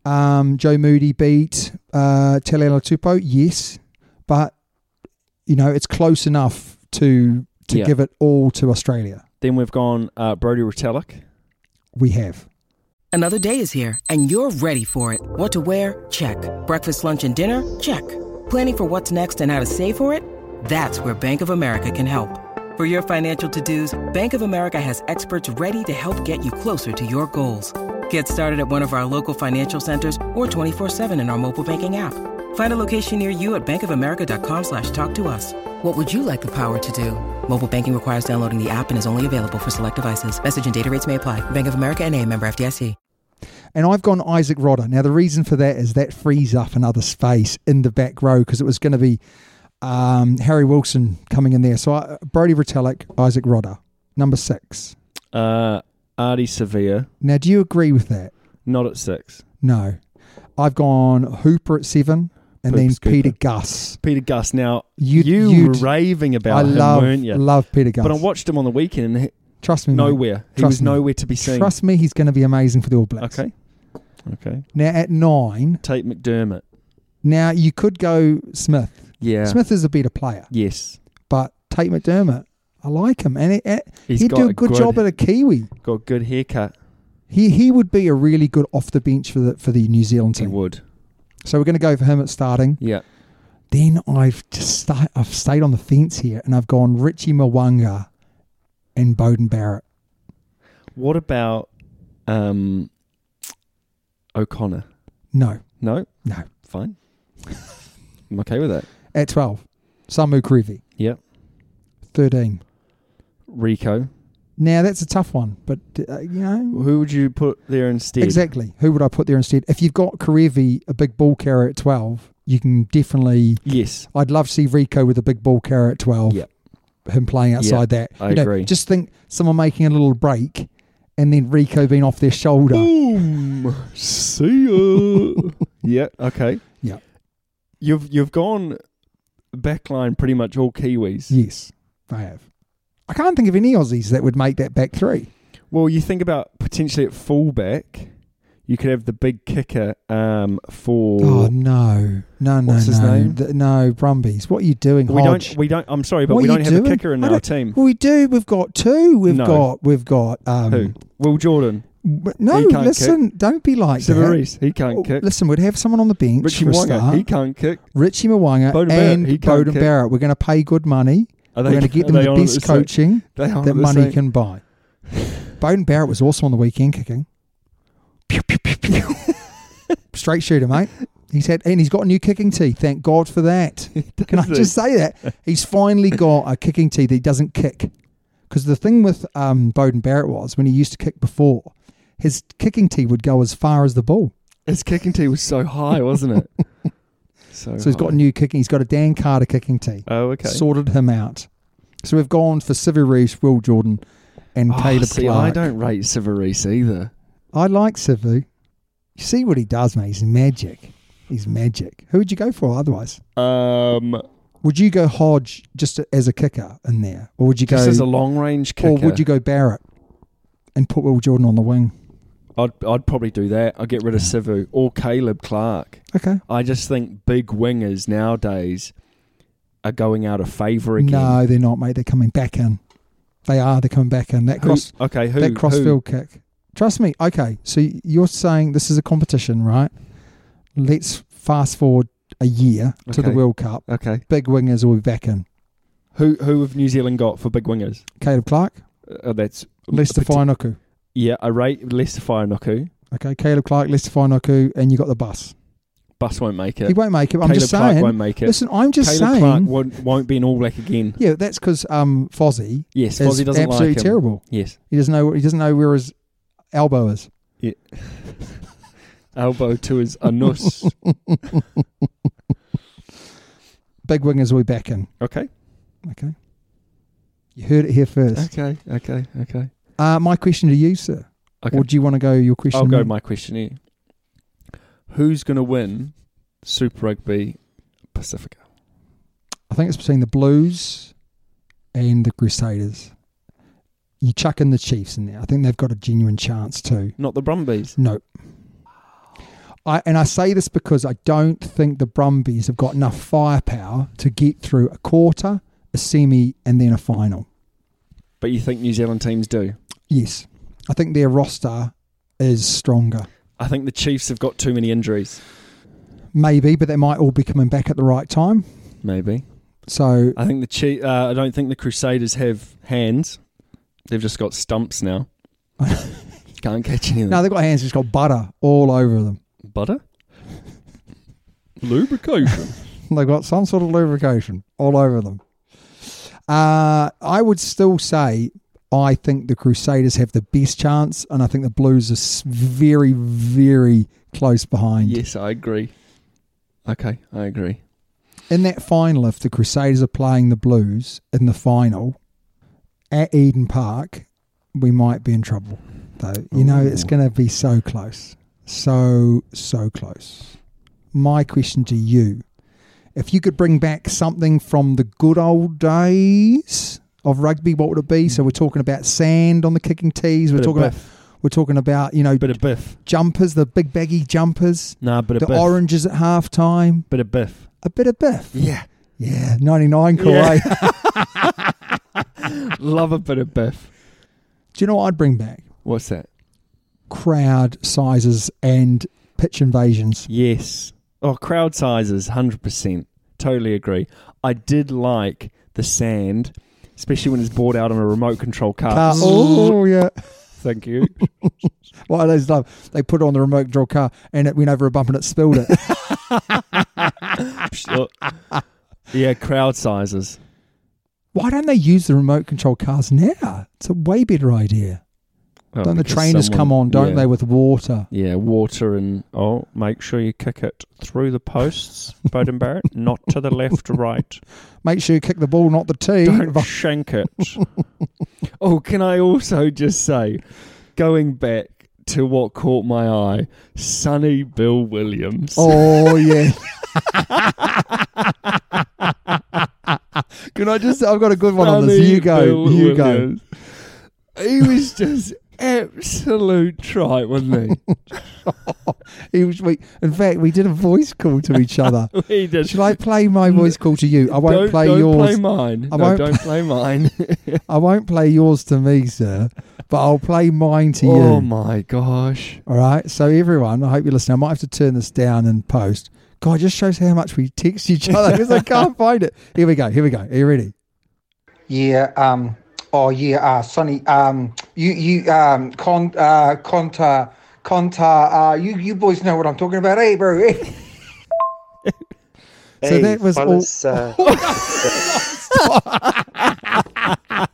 [SPEAKER 1] um, Joe Moody beat uh, Tele Latupo? Yes, but you know it's close enough to to
[SPEAKER 2] Yeah.
[SPEAKER 1] give it all to Australia.
[SPEAKER 2] Then we've gone uh, Brody Retallick.
[SPEAKER 1] We have
[SPEAKER 4] Another day is here, and you're ready for it. What to wear? Check. Breakfast, lunch, and dinner? Check. Planning for what's next and how to save for it? That's where Bank of America can help. For your financial to dos, Bank of America has experts ready to help get you closer to your goals. Get started at one of our local financial centers or 24-7 in our mobile banking app. Find a location near you at bankofamerica.com slash talk to us. What would you like the power to do? Mobile banking requires downloading the app and is only available for select devices. Message and data rates may apply. Bank of America and a member FDIC.
[SPEAKER 1] and I've gone Isaac Rodder. Now the reason for that is that frees up another space in the back row because it was going to be um, Harry Wilson coming in there. So I, Brody Retallick, Isaac Rodder, number six.
[SPEAKER 2] Uh, Artie Sevilla.
[SPEAKER 1] Now, do you agree with that?
[SPEAKER 2] Not at six.
[SPEAKER 1] No, I've gone Hooper at seven, and then
[SPEAKER 2] Hoops, Cooper.
[SPEAKER 1] Peter Gus.
[SPEAKER 2] Peter Gus. Now, you
[SPEAKER 1] You'd-
[SPEAKER 2] were
[SPEAKER 1] you'd-
[SPEAKER 2] raving about
[SPEAKER 1] I
[SPEAKER 2] him,
[SPEAKER 1] love,
[SPEAKER 2] weren't you?
[SPEAKER 1] love Peter Gus.
[SPEAKER 2] but I watched him on the weekend and he,
[SPEAKER 1] Trust me, mate.
[SPEAKER 2] nowhere. He
[SPEAKER 1] Trust
[SPEAKER 2] was
[SPEAKER 1] me.
[SPEAKER 2] nowhere to be seen.
[SPEAKER 1] Trust me, he's going to be amazing for the All Blacks.
[SPEAKER 2] Okay. Okay.
[SPEAKER 1] Now at nine,
[SPEAKER 2] Tate McDermott.
[SPEAKER 1] now you could go Smith.
[SPEAKER 2] Yeah.
[SPEAKER 1] Smith is a better player,
[SPEAKER 2] Yes.
[SPEAKER 1] but Tate McDermott I like him, and it, it-
[SPEAKER 2] He's
[SPEAKER 1] he'd
[SPEAKER 2] got
[SPEAKER 1] do a
[SPEAKER 2] a
[SPEAKER 1] good,
[SPEAKER 2] good-
[SPEAKER 1] job at a Kiwi.
[SPEAKER 2] Got a good haircut.
[SPEAKER 1] He he would be a really good off the bench for the for the New Zealand
[SPEAKER 2] He
[SPEAKER 1] team.
[SPEAKER 2] would.
[SPEAKER 1] So we're going to go for him at starting.
[SPEAKER 2] Yeah.
[SPEAKER 1] Then I've just sta I've stayed on the fence here, and I've gone Richie Mwanga and Bowden Barrett.
[SPEAKER 2] What about um, O'Connor?
[SPEAKER 1] No,
[SPEAKER 2] No,
[SPEAKER 1] no,
[SPEAKER 2] fine. I'm okay with that.
[SPEAKER 1] at twelve, Samu Krevi,
[SPEAKER 2] Yeah.
[SPEAKER 1] thirteen.
[SPEAKER 2] Rico.
[SPEAKER 1] Now that's a tough one, but uh, you know
[SPEAKER 2] Who would you put there instead?
[SPEAKER 1] exactly who would I put there instead? If you've got Karevi, a big ball carrier at twelve, you can definitely.
[SPEAKER 2] Yes.
[SPEAKER 1] I'd love to see Rico with a big ball carrier at twelve.
[SPEAKER 2] Yep.
[SPEAKER 1] him playing outside that.
[SPEAKER 2] I
[SPEAKER 1] You know,
[SPEAKER 2] agree.
[SPEAKER 1] Just think someone making a little break, and then Rico being off their shoulder.
[SPEAKER 2] Boom. See ya. yeah. Okay.
[SPEAKER 1] Yeah.
[SPEAKER 2] You've you've gone backline pretty much all Kiwis.
[SPEAKER 1] Yes, I have. I can't think of any Aussies that would make that back three.
[SPEAKER 2] Well, you think about potentially at fullback, you could have the big kicker um, for.
[SPEAKER 1] Oh no, no, no,
[SPEAKER 2] What's
[SPEAKER 1] no,
[SPEAKER 2] his name?
[SPEAKER 1] Th- no, Brumbies. What are you doing,
[SPEAKER 2] we
[SPEAKER 1] Hodge?
[SPEAKER 2] don't. We don't. I'm sorry, but
[SPEAKER 1] What
[SPEAKER 2] we
[SPEAKER 1] are you
[SPEAKER 2] don't have a
[SPEAKER 1] doing?
[SPEAKER 2] kicker in
[SPEAKER 1] I
[SPEAKER 2] our
[SPEAKER 1] don't-
[SPEAKER 2] team.
[SPEAKER 1] Well, we do. We've got two. We've
[SPEAKER 2] No.
[SPEAKER 1] got. We've got. Um,
[SPEAKER 2] Who? Will Jordan.
[SPEAKER 1] w- No,
[SPEAKER 2] He can't
[SPEAKER 1] listen. Don't be like that.
[SPEAKER 2] Severis. He can't
[SPEAKER 1] Oh,
[SPEAKER 2] kick.
[SPEAKER 1] Listen, we'd have someone on the bench
[SPEAKER 2] Richie
[SPEAKER 1] for a
[SPEAKER 2] Wonga.
[SPEAKER 1] start.
[SPEAKER 2] He can't kick.
[SPEAKER 1] Richie Mwanga
[SPEAKER 2] Bowden Barrett,
[SPEAKER 1] and
[SPEAKER 2] he can't
[SPEAKER 1] Bowden
[SPEAKER 2] kick.
[SPEAKER 1] Barrett. We're going to pay good money.
[SPEAKER 2] Are
[SPEAKER 1] We're going to get them
[SPEAKER 2] are they
[SPEAKER 1] the
[SPEAKER 2] on at
[SPEAKER 1] best
[SPEAKER 2] same-
[SPEAKER 1] coaching
[SPEAKER 2] They are
[SPEAKER 1] that
[SPEAKER 2] at the
[SPEAKER 1] money
[SPEAKER 2] same-
[SPEAKER 1] can buy. Bowden Barrett was also on the weekend kicking. Pew, pew, pew, pew. Straight shooter, mate. He's had and he's got a new kicking tee. Thank God for that. Can I
[SPEAKER 2] Does he?
[SPEAKER 1] just say that he's finally got a kicking tee that he doesn't kick? Because the thing with um, Bowden Barrett was when he used to kick before, his kicking tee would go as far as the ball.
[SPEAKER 2] His kicking tee was so high, wasn't it? so,
[SPEAKER 1] So he's got
[SPEAKER 2] high.
[SPEAKER 1] a new kicking. He's got a Dan Carter kicking tee.
[SPEAKER 2] Oh, okay.
[SPEAKER 1] Sorted him out. So we've gone for Civi Reese, Will Jordan, and
[SPEAKER 2] Oh,
[SPEAKER 1] Caleb
[SPEAKER 2] see,
[SPEAKER 1] Clark.
[SPEAKER 2] I don't rate Severis either.
[SPEAKER 1] I like Sivu. You see what he does, mate. He's magic. He's magic. Who would you go for otherwise?
[SPEAKER 2] Um,
[SPEAKER 1] Would you go Hodge just as a kicker in there, or would you
[SPEAKER 2] just
[SPEAKER 1] go,
[SPEAKER 2] as a long range kicker.
[SPEAKER 1] or would you go Barrett and put Will Jordan on the wing?
[SPEAKER 2] I'd, I'd probably do that. I'd get rid of Sivu or Caleb Clark.
[SPEAKER 1] Okay.
[SPEAKER 2] I just think big wingers nowadays are going out of favour again.
[SPEAKER 1] No, they're not, mate. They're coming back in. They are. They're coming back in. That
[SPEAKER 2] Who-
[SPEAKER 1] cross,
[SPEAKER 2] okay, who?
[SPEAKER 1] that
[SPEAKER 2] who?
[SPEAKER 1] crossfield kick. Trust me. Okay. So you're saying this is a competition, right? Let's fast forward a year to the
[SPEAKER 2] Okay.
[SPEAKER 1] World Cup.
[SPEAKER 2] Okay.
[SPEAKER 1] Big wingers will be back in.
[SPEAKER 2] Who who have New Zealand got for big wingers?
[SPEAKER 1] Caleb Clark,
[SPEAKER 2] Uh, that's
[SPEAKER 1] Lester
[SPEAKER 2] Pati-
[SPEAKER 1] Fainaku.
[SPEAKER 2] Yeah, I rate Lester Fainaku.
[SPEAKER 1] Okay, Caleb Clark, Lester Fainaku, and you got the bus.
[SPEAKER 2] Bus won't make it.
[SPEAKER 1] He won't make it. I'm
[SPEAKER 2] Caleb
[SPEAKER 1] just
[SPEAKER 2] Clark
[SPEAKER 1] saying.
[SPEAKER 2] won't make it.
[SPEAKER 1] Listen, I'm just
[SPEAKER 2] Caleb
[SPEAKER 1] saying.
[SPEAKER 2] Clark won't, won't be an All Black again.
[SPEAKER 1] yeah, that's because um, Fozzie
[SPEAKER 2] Yes,
[SPEAKER 1] is
[SPEAKER 2] Fozzie doesn't
[SPEAKER 1] absolutely
[SPEAKER 2] like him.
[SPEAKER 1] terrible.
[SPEAKER 2] Yes.
[SPEAKER 1] He doesn't know. He doesn't know where his elbow is.
[SPEAKER 2] Yeah. Elbow to his anus.
[SPEAKER 1] Big wingers will be back in.
[SPEAKER 2] okay.
[SPEAKER 1] Okay, you heard it here first.
[SPEAKER 2] Okay. Okay. Okay.
[SPEAKER 1] Uh, my question to you, sir.
[SPEAKER 2] Okay.
[SPEAKER 1] Or do you want to go your question?
[SPEAKER 2] I'll
[SPEAKER 1] to
[SPEAKER 2] go
[SPEAKER 1] me?
[SPEAKER 2] my question here. Who's going to win Super Rugby Pacifica?
[SPEAKER 1] I think it's between the Blues and the Crusaders. You chuck in the Chiefs in there. I think they've got a genuine chance too.
[SPEAKER 2] Not the Brumbies.
[SPEAKER 1] No. I, and I say this because I don't think the Brumbies have got enough firepower to get through a quarter, a semi, and then a final.
[SPEAKER 2] But you think New Zealand teams do?
[SPEAKER 1] Yes. I think their roster is stronger.
[SPEAKER 2] I think the Chiefs have got too many injuries.
[SPEAKER 1] Maybe, but they might all be coming back at the right time.
[SPEAKER 2] Maybe.
[SPEAKER 1] So,
[SPEAKER 2] I think the Chief. Uh, I don't think the Crusaders have hands. They've just got stumps now. Can't catch anything.
[SPEAKER 1] no, they've got hands, just got butter all over them.
[SPEAKER 2] Butter. Lubrication.
[SPEAKER 1] They've got some sort of lubrication all over them. Uh, I would still say I think the Crusaders have the best chance, and I think the Blues are s- very, very close behind.
[SPEAKER 2] Yes, I agree. Okay, I agree.
[SPEAKER 1] In that final, if the Crusaders are playing the Blues in the final at Eden Park, we might be in trouble. Though you know it's
[SPEAKER 2] Ooh.
[SPEAKER 1] going to be so close, so so close. My question to you: If you could bring back something from the good old days of rugby, what would it be? So we're talking about sand on the kicking tees. We're
[SPEAKER 2] Bit of
[SPEAKER 1] talking about
[SPEAKER 2] biff.
[SPEAKER 1] we're talking about you know
[SPEAKER 2] Bit of biff.
[SPEAKER 1] jumpers, the big baggy jumpers,
[SPEAKER 2] Nah, bit of
[SPEAKER 1] the
[SPEAKER 2] biff.
[SPEAKER 1] oranges at half time,
[SPEAKER 2] Bit of biff.
[SPEAKER 1] a bit of biff.
[SPEAKER 2] Yeah.
[SPEAKER 1] Yeah, 99 cool,
[SPEAKER 2] Yeah.
[SPEAKER 1] eh?
[SPEAKER 2] Love a bit of biff.
[SPEAKER 1] Do you know what I'd bring back?
[SPEAKER 2] What's that?
[SPEAKER 1] Crowd sizes and pitch invasions.
[SPEAKER 2] Yes. Oh, crowd sizes, 100%. Totally agree. I did like the sand, especially when it's brought out on a remote control car.
[SPEAKER 1] Car. Oh yeah.
[SPEAKER 2] Thank you.
[SPEAKER 1] What are those love? They put it on the remote control car and it went over a bump and it spilled it.
[SPEAKER 2] yeah, crowd sizes.
[SPEAKER 1] Why don't they use the remote control cars now? It's a way better idea.
[SPEAKER 2] Oh,
[SPEAKER 1] don't the
[SPEAKER 2] because
[SPEAKER 1] trainers
[SPEAKER 2] someone-
[SPEAKER 1] come on, don't
[SPEAKER 2] yeah.
[SPEAKER 1] they, with water?
[SPEAKER 2] Yeah, water and oh, make sure you kick it through the posts, Bowden Barrett, not to the left, right.
[SPEAKER 1] Make sure you kick the ball, not the tee.
[SPEAKER 2] Don't shank it. oh, can I also just say, going back to what caught my eye, Sonny Bill Williams.
[SPEAKER 1] Oh yeah. Can I just? I've got a good one on this.
[SPEAKER 2] Sonny
[SPEAKER 1] You go.
[SPEAKER 2] Bill
[SPEAKER 1] You go.
[SPEAKER 2] Williams. He was just absolute trite, wasn't
[SPEAKER 1] He was, we, in fact, we did a voice call to each other.
[SPEAKER 2] he? he just
[SPEAKER 1] Shall I play my voice call to you? I won't
[SPEAKER 2] don't,
[SPEAKER 1] play
[SPEAKER 2] don't
[SPEAKER 1] yours.
[SPEAKER 2] play mine.
[SPEAKER 1] I
[SPEAKER 2] no,
[SPEAKER 1] won't-
[SPEAKER 2] don't play mine.
[SPEAKER 1] I won't play yours to me, sir. But I'll play mine to you.
[SPEAKER 2] oh my gosh.
[SPEAKER 1] All right. So everyone, I hope you listen. I might have to turn this down and post. God, it just shows how much we text each other because I can't find it. Here we go. Here we go. Are you ready?
[SPEAKER 5] Yeah. Um. Oh yeah. Uh, Sonny. Um. You. You. Um. Con. Uh. Conta. Conta. Uh. You. You boys know what I'm talking about, hey, bro. eh? Hey.
[SPEAKER 1] So that was all-
[SPEAKER 6] fellas, uh,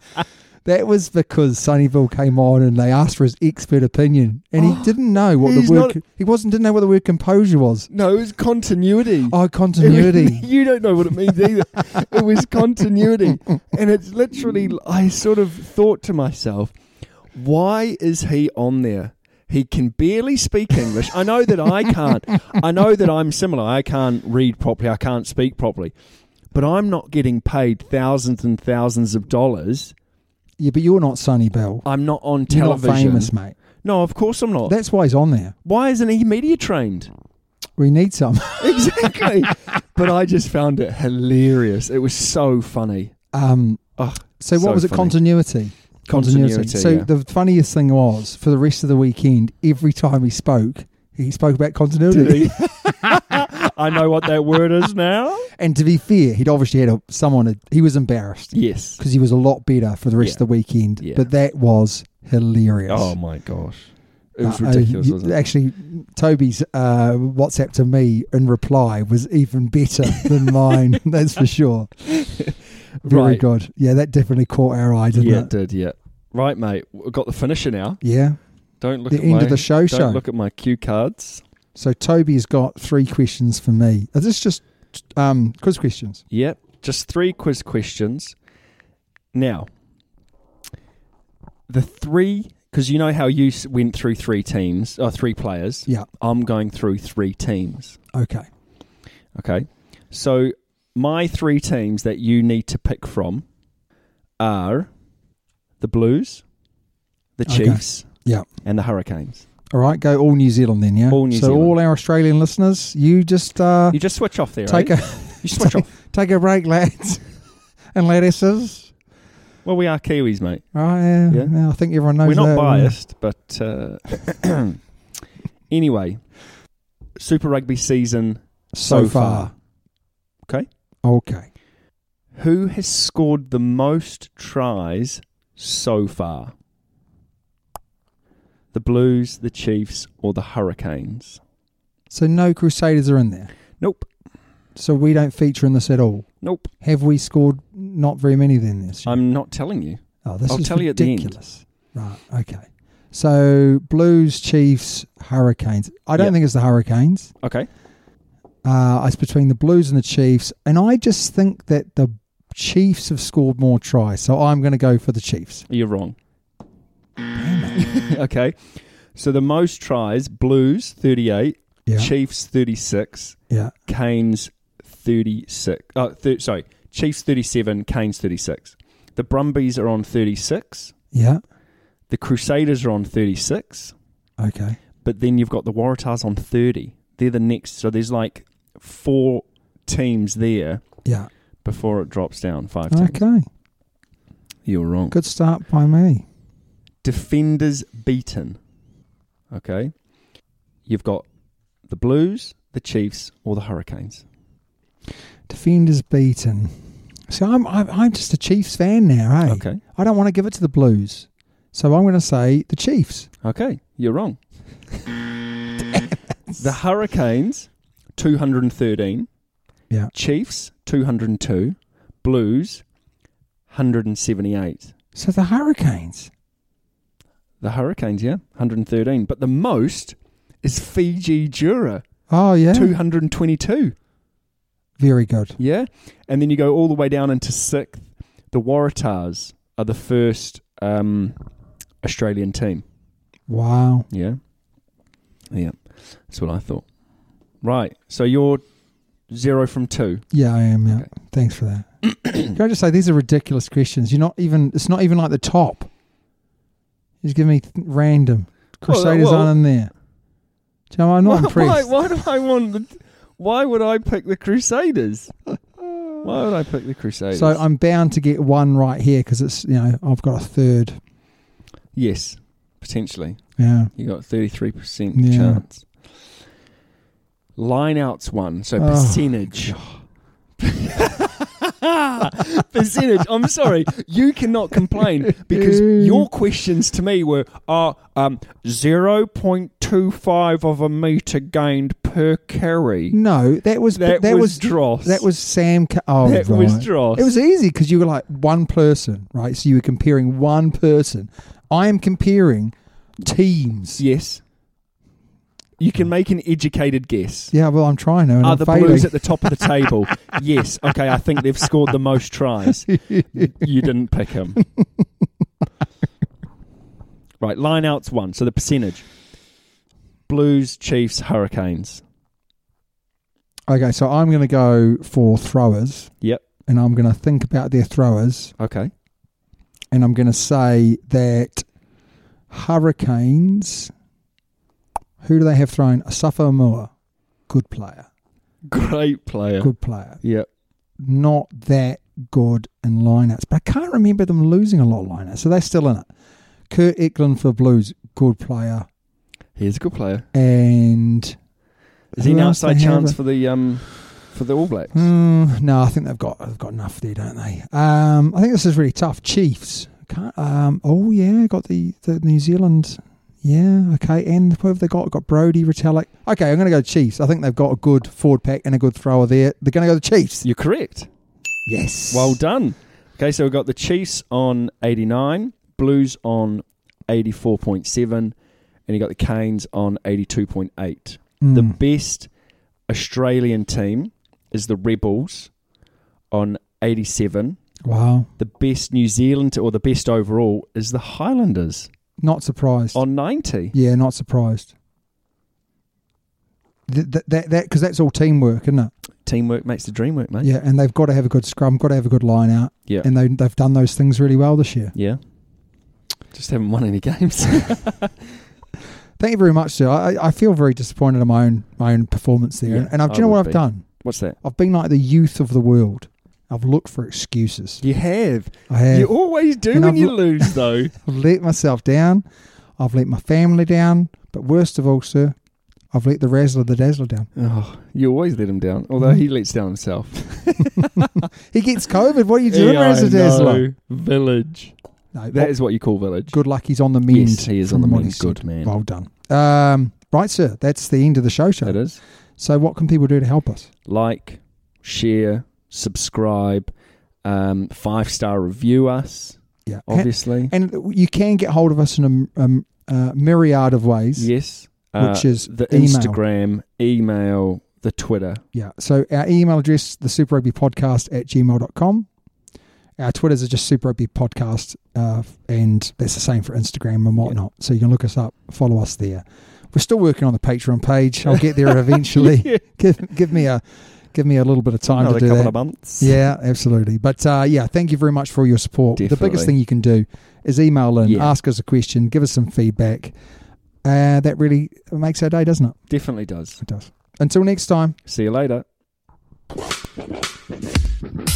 [SPEAKER 1] That was because Sunnyville came on and they asked for his expert opinion, and he didn't know what the
[SPEAKER 2] he's
[SPEAKER 1] word
[SPEAKER 2] not-
[SPEAKER 1] he wasn't didn't know what the word composure was.
[SPEAKER 2] No, it was continuity.
[SPEAKER 1] Oh, continuity.
[SPEAKER 2] you don't know what it means either. it was continuity. And it's literally, I sort of thought to myself, why is he on there? He can barely speak English. I know that I can't. I know that I'm similar. I can't read properly. I can't speak properly. But I'm not getting paid thousands and thousands of dollars.
[SPEAKER 1] yeah, but you're not Sonny Bell.
[SPEAKER 2] I'm not on
[SPEAKER 1] You're not
[SPEAKER 2] television.
[SPEAKER 1] famous, mate.
[SPEAKER 2] No, of course I'm not.
[SPEAKER 1] That's why he's on there.
[SPEAKER 2] why isn't he media trained?
[SPEAKER 1] We need some.
[SPEAKER 2] Exactly. but I just found it hilarious. It was so funny.
[SPEAKER 1] Um,
[SPEAKER 2] Oh,
[SPEAKER 1] so, what
[SPEAKER 2] So
[SPEAKER 1] was it?
[SPEAKER 2] funny.
[SPEAKER 1] Continuity.
[SPEAKER 2] Continuity,
[SPEAKER 1] So
[SPEAKER 2] yeah.
[SPEAKER 1] the funniest thing was for the rest of the weekend, every time he spoke, he spoke about
[SPEAKER 2] Did
[SPEAKER 1] continuity.
[SPEAKER 2] he? I know what that word is now.
[SPEAKER 1] and to be fair, he'd obviously had a, someone. had- He was embarrassed
[SPEAKER 2] Yes.
[SPEAKER 1] because he was a lot better for the rest
[SPEAKER 2] Yeah.
[SPEAKER 1] of the weekend.
[SPEAKER 2] Yeah.
[SPEAKER 1] But that was hilarious.
[SPEAKER 2] Oh my gosh. It was
[SPEAKER 1] Uh,
[SPEAKER 2] ridiculous,
[SPEAKER 1] you-
[SPEAKER 2] wasn't it?
[SPEAKER 1] Actually, Toby's uh, WhatsApp to me in reply was even better than mine. That's for sure. Very
[SPEAKER 2] Right.
[SPEAKER 1] good. Yeah, that definitely caught our eye, didn't
[SPEAKER 2] Yeah,
[SPEAKER 1] it?
[SPEAKER 2] it did, yeah. Right, mate. We've got the finisher now.
[SPEAKER 1] yeah.
[SPEAKER 2] Don't look
[SPEAKER 1] The
[SPEAKER 2] at
[SPEAKER 1] end
[SPEAKER 2] my,
[SPEAKER 1] of the show
[SPEAKER 2] Don't
[SPEAKER 1] show.
[SPEAKER 2] look at my cue cards.
[SPEAKER 1] So Toby's got three questions for me. Is this just um, quiz questions?
[SPEAKER 2] Yep. Just three quiz questions. Now, the three, because you know how you s- went through three teams, or three players.
[SPEAKER 1] Yeah.
[SPEAKER 2] I'm going through three teams.
[SPEAKER 1] Okay.
[SPEAKER 2] Okay. So my three teams that you need to pick from are the Blues, the
[SPEAKER 1] Okay.
[SPEAKER 2] Chiefs,
[SPEAKER 1] Yeah.
[SPEAKER 2] and the Hurricanes.
[SPEAKER 1] All right. Go all New Zealand then. Yeah.
[SPEAKER 2] All New
[SPEAKER 1] so
[SPEAKER 2] Zealand.
[SPEAKER 1] all our Australian listeners, you just uh,
[SPEAKER 2] You just switch off there.
[SPEAKER 1] take
[SPEAKER 2] eh?
[SPEAKER 1] a
[SPEAKER 2] you switch
[SPEAKER 1] take,
[SPEAKER 2] off.
[SPEAKER 1] take a break, lads and laddies.
[SPEAKER 2] Well, we are Kiwis, mate.
[SPEAKER 1] All right. Yeah,
[SPEAKER 2] Yeah.
[SPEAKER 1] yeah, I think everyone knows
[SPEAKER 2] We're
[SPEAKER 1] that.
[SPEAKER 2] not biased, but uh, anyway, Super Rugby season.
[SPEAKER 1] so,
[SPEAKER 2] So
[SPEAKER 1] far.
[SPEAKER 2] far. Okay.
[SPEAKER 1] Okay.
[SPEAKER 2] Who has scored the most tries so far? The Blues, the Chiefs, or the Hurricanes?
[SPEAKER 1] So no Crusaders are in there.
[SPEAKER 2] Nope.
[SPEAKER 1] So we don't feature in this at all.
[SPEAKER 2] Nope.
[SPEAKER 1] Have we scored not very many then this year?
[SPEAKER 2] I'm not telling you.
[SPEAKER 1] oh, this
[SPEAKER 2] I'll
[SPEAKER 1] is
[SPEAKER 2] tell you at the end.
[SPEAKER 1] ridiculous. Right. Okay. So Blues, Chiefs, Hurricanes. I don't
[SPEAKER 2] Yeah.
[SPEAKER 1] think it's the Hurricanes.
[SPEAKER 2] Okay.
[SPEAKER 1] Uh, it's between the Blues and the Chiefs, and I just think that the Chiefs have scored more tries. So I'm going to go for the Chiefs.
[SPEAKER 2] You're wrong. okay. So the most tries Blues 38,
[SPEAKER 1] Yeah.
[SPEAKER 2] Chiefs 36,
[SPEAKER 1] Yeah.
[SPEAKER 2] Canes 36. Oh, thir- sorry. Chiefs 37, Canes 36. The Brumbies are on 36.
[SPEAKER 1] Yeah.
[SPEAKER 2] The Crusaders are on 36.
[SPEAKER 1] Okay.
[SPEAKER 2] But then you've got the Waratahs on 30. They're the next. So there's like four teams there
[SPEAKER 1] Yeah.
[SPEAKER 2] before it drops down, five teams.
[SPEAKER 1] Okay.
[SPEAKER 2] You were wrong.
[SPEAKER 1] Good start by me.
[SPEAKER 2] defenders beaten. Okay. You've got the Blues, the Chiefs, or the Hurricanes.
[SPEAKER 1] Defenders beaten. So I'm I'm, I'm just a Chiefs fan now. Hey,
[SPEAKER 2] Okay.
[SPEAKER 1] I don't want to give it to the Blues, so I'm going to say the Chiefs.
[SPEAKER 2] Okay, you're wrong. the Hurricanes, 213.
[SPEAKER 1] Yeah.
[SPEAKER 2] Chiefs, 202. Blues, 178.
[SPEAKER 1] So the Hurricanes.
[SPEAKER 2] The Hurricanes, yeah, 113. But the most is Fiji Jura,
[SPEAKER 1] Oh yeah,
[SPEAKER 2] 222.
[SPEAKER 1] very good.
[SPEAKER 2] Yeah. And then you go all the way down into sixth. The Waratahs are the first um, Australian team.
[SPEAKER 1] Wow.
[SPEAKER 2] Yeah. Yeah. That's what I thought. Right. So you're zero from two.
[SPEAKER 1] Yeah, I am. Yeah.
[SPEAKER 2] Okay.
[SPEAKER 1] Thanks for that. Can I just say these are ridiculous questions? You're not even. It's not even like the top. You just give me th- random.
[SPEAKER 2] Well,
[SPEAKER 1] Crusaders
[SPEAKER 2] well-
[SPEAKER 1] aren't in there. Do you know, I'm not
[SPEAKER 2] why,
[SPEAKER 1] impressed.
[SPEAKER 2] why do I want the. Why would I pick the Crusaders? Why would I pick the Crusaders?
[SPEAKER 1] So I'm bound to get one right here because it's you know I've got a third.
[SPEAKER 2] yes, potentially.
[SPEAKER 1] Yeah.
[SPEAKER 2] You got thirty three percent
[SPEAKER 1] Yeah.
[SPEAKER 2] chance. Line outs one, so
[SPEAKER 1] Oh,
[SPEAKER 2] percentage. percentage. I'm sorry, you cannot complain because your questions to me were are um zero point two five of a meter gained per carry.
[SPEAKER 1] No, that was
[SPEAKER 2] That,
[SPEAKER 1] that, was,
[SPEAKER 2] was, dross.
[SPEAKER 1] that was Sam. Ca- oh,
[SPEAKER 2] That was
[SPEAKER 1] right.
[SPEAKER 2] dross.
[SPEAKER 1] It was easy because you were like one person, right? So you were comparing one person. I am comparing teams.
[SPEAKER 2] yes. You can make an educated guess.
[SPEAKER 1] Yeah, well, I'm trying to. And
[SPEAKER 2] Are
[SPEAKER 1] I'm
[SPEAKER 2] the
[SPEAKER 1] failing.
[SPEAKER 2] Blues at the top of the table? yes. Okay, I think they've scored the most tries. you didn't pick him. right, line outs one. So the percentage Blues, Chiefs, Hurricanes.
[SPEAKER 1] okay, so I'm going to go for throwers,
[SPEAKER 2] Yep.
[SPEAKER 1] and I'm going to think about their throwers,
[SPEAKER 2] Okay.
[SPEAKER 1] and I'm going to say that Hurricanes. Who do they have thrown? Asafa Moa, good player,
[SPEAKER 2] Great player.
[SPEAKER 1] good player.
[SPEAKER 2] Yep.
[SPEAKER 1] not that good in lineouts, but I can't remember them losing a lot of lineouts, so they're still in it. Kurt Eklund for the Blues, good player,
[SPEAKER 2] He is a good player.
[SPEAKER 1] and
[SPEAKER 2] Is he
[SPEAKER 1] Who
[SPEAKER 2] an
[SPEAKER 1] else they
[SPEAKER 2] outside
[SPEAKER 1] have?
[SPEAKER 2] chance for the um for the All Blacks?
[SPEAKER 1] mm, no, I think they've got they've got enough there, don't they? Um, I think this is really tough. Chiefs, can't, um, oh yeah, got the the New Zealand, yeah, okay, and who have they got? Got Brody, Retallick. Okay, I'm going to go Chiefs. I think they've got a good forward pack and a good thrower there. They're going to go the Chiefs.
[SPEAKER 2] You're correct.
[SPEAKER 1] Yes,
[SPEAKER 2] Well done. Okay, so we've got the Chiefs on 89, Blues on 84.7, and you got the Canes on 82.8. The
[SPEAKER 1] Mm.
[SPEAKER 2] best Australian team is the Rebels on 87.
[SPEAKER 1] Wow,
[SPEAKER 2] The best New Zealand or the best overall is the Highlanders
[SPEAKER 1] not surprised.
[SPEAKER 2] on 90.
[SPEAKER 1] Yeah, not surprised. Th- th- that that because that's all teamwork, isn't it?
[SPEAKER 2] Teamwork makes the dream work, mate.
[SPEAKER 1] Yeah, and they've got to have a good scrum, got to have a good line out,
[SPEAKER 2] Yeah.
[SPEAKER 1] and they they've done those things really well this year.
[SPEAKER 2] yeah. Just haven't won any games.
[SPEAKER 1] Thank you very much, sir. I, I- I feel very disappointed in my own my own performance there,
[SPEAKER 2] Yeah,
[SPEAKER 1] and I've, do
[SPEAKER 2] I
[SPEAKER 1] you know
[SPEAKER 2] would
[SPEAKER 1] what I've
[SPEAKER 2] be.
[SPEAKER 1] done?
[SPEAKER 2] What's that?
[SPEAKER 1] I've been like the youth of the world. I've looked for excuses.
[SPEAKER 2] You have.
[SPEAKER 1] I have
[SPEAKER 2] You always do
[SPEAKER 1] And
[SPEAKER 2] when
[SPEAKER 1] I've
[SPEAKER 2] you
[SPEAKER 1] l-
[SPEAKER 2] lose, though.
[SPEAKER 1] I've let myself down. I've let my family down, but worst of all, sir, I've let the razzler the dazzler down.
[SPEAKER 2] Oh, you always let him down. Although he lets down himself.
[SPEAKER 1] He gets COVID. What are you doing,
[SPEAKER 2] Yeah, E I
[SPEAKER 1] razzler dazzler?
[SPEAKER 2] know. Village.
[SPEAKER 1] No,
[SPEAKER 2] That is what you call village.
[SPEAKER 1] Good luck. He's on the mend.
[SPEAKER 2] Yes, he is
[SPEAKER 1] from
[SPEAKER 2] on the
[SPEAKER 1] what
[SPEAKER 2] mend.
[SPEAKER 1] he said.
[SPEAKER 2] Good man.
[SPEAKER 1] Well done. Um, right, sir. That's the end of the show. Show.
[SPEAKER 2] That is.
[SPEAKER 1] So, what can people do to help us?
[SPEAKER 2] Like, share, subscribe, um, five star review us,
[SPEAKER 1] Yeah.
[SPEAKER 2] obviously.
[SPEAKER 1] And, and you can get hold of us in a, um uh myriad of ways.
[SPEAKER 2] yes. Uh,
[SPEAKER 1] Which is
[SPEAKER 2] the
[SPEAKER 1] email.
[SPEAKER 2] Instagram, email, the Twitter.
[SPEAKER 1] Yeah. So, our email address, the Super Rugby Podcast at gmail.com. Our Twitters are just Super Rugby Podcast, uh, and that's the same for Instagram and whatnot. So, you can look us up, follow us there. We're still working on the Patreon page. I'll get there eventually. Give give me a give me a little bit of time to do that.
[SPEAKER 2] months.
[SPEAKER 1] Yeah, absolutely. But uh, yeah, thank you very much for all your support. The
[SPEAKER 2] Definitely.
[SPEAKER 1] biggest thing you can do is email in,
[SPEAKER 2] Yeah.
[SPEAKER 1] ask us a question, give us some feedback. Uh, that really makes our day, doesn't it?
[SPEAKER 2] Definitely does.
[SPEAKER 1] It does. Until next time.
[SPEAKER 2] See you later.
[SPEAKER 6] Thank you.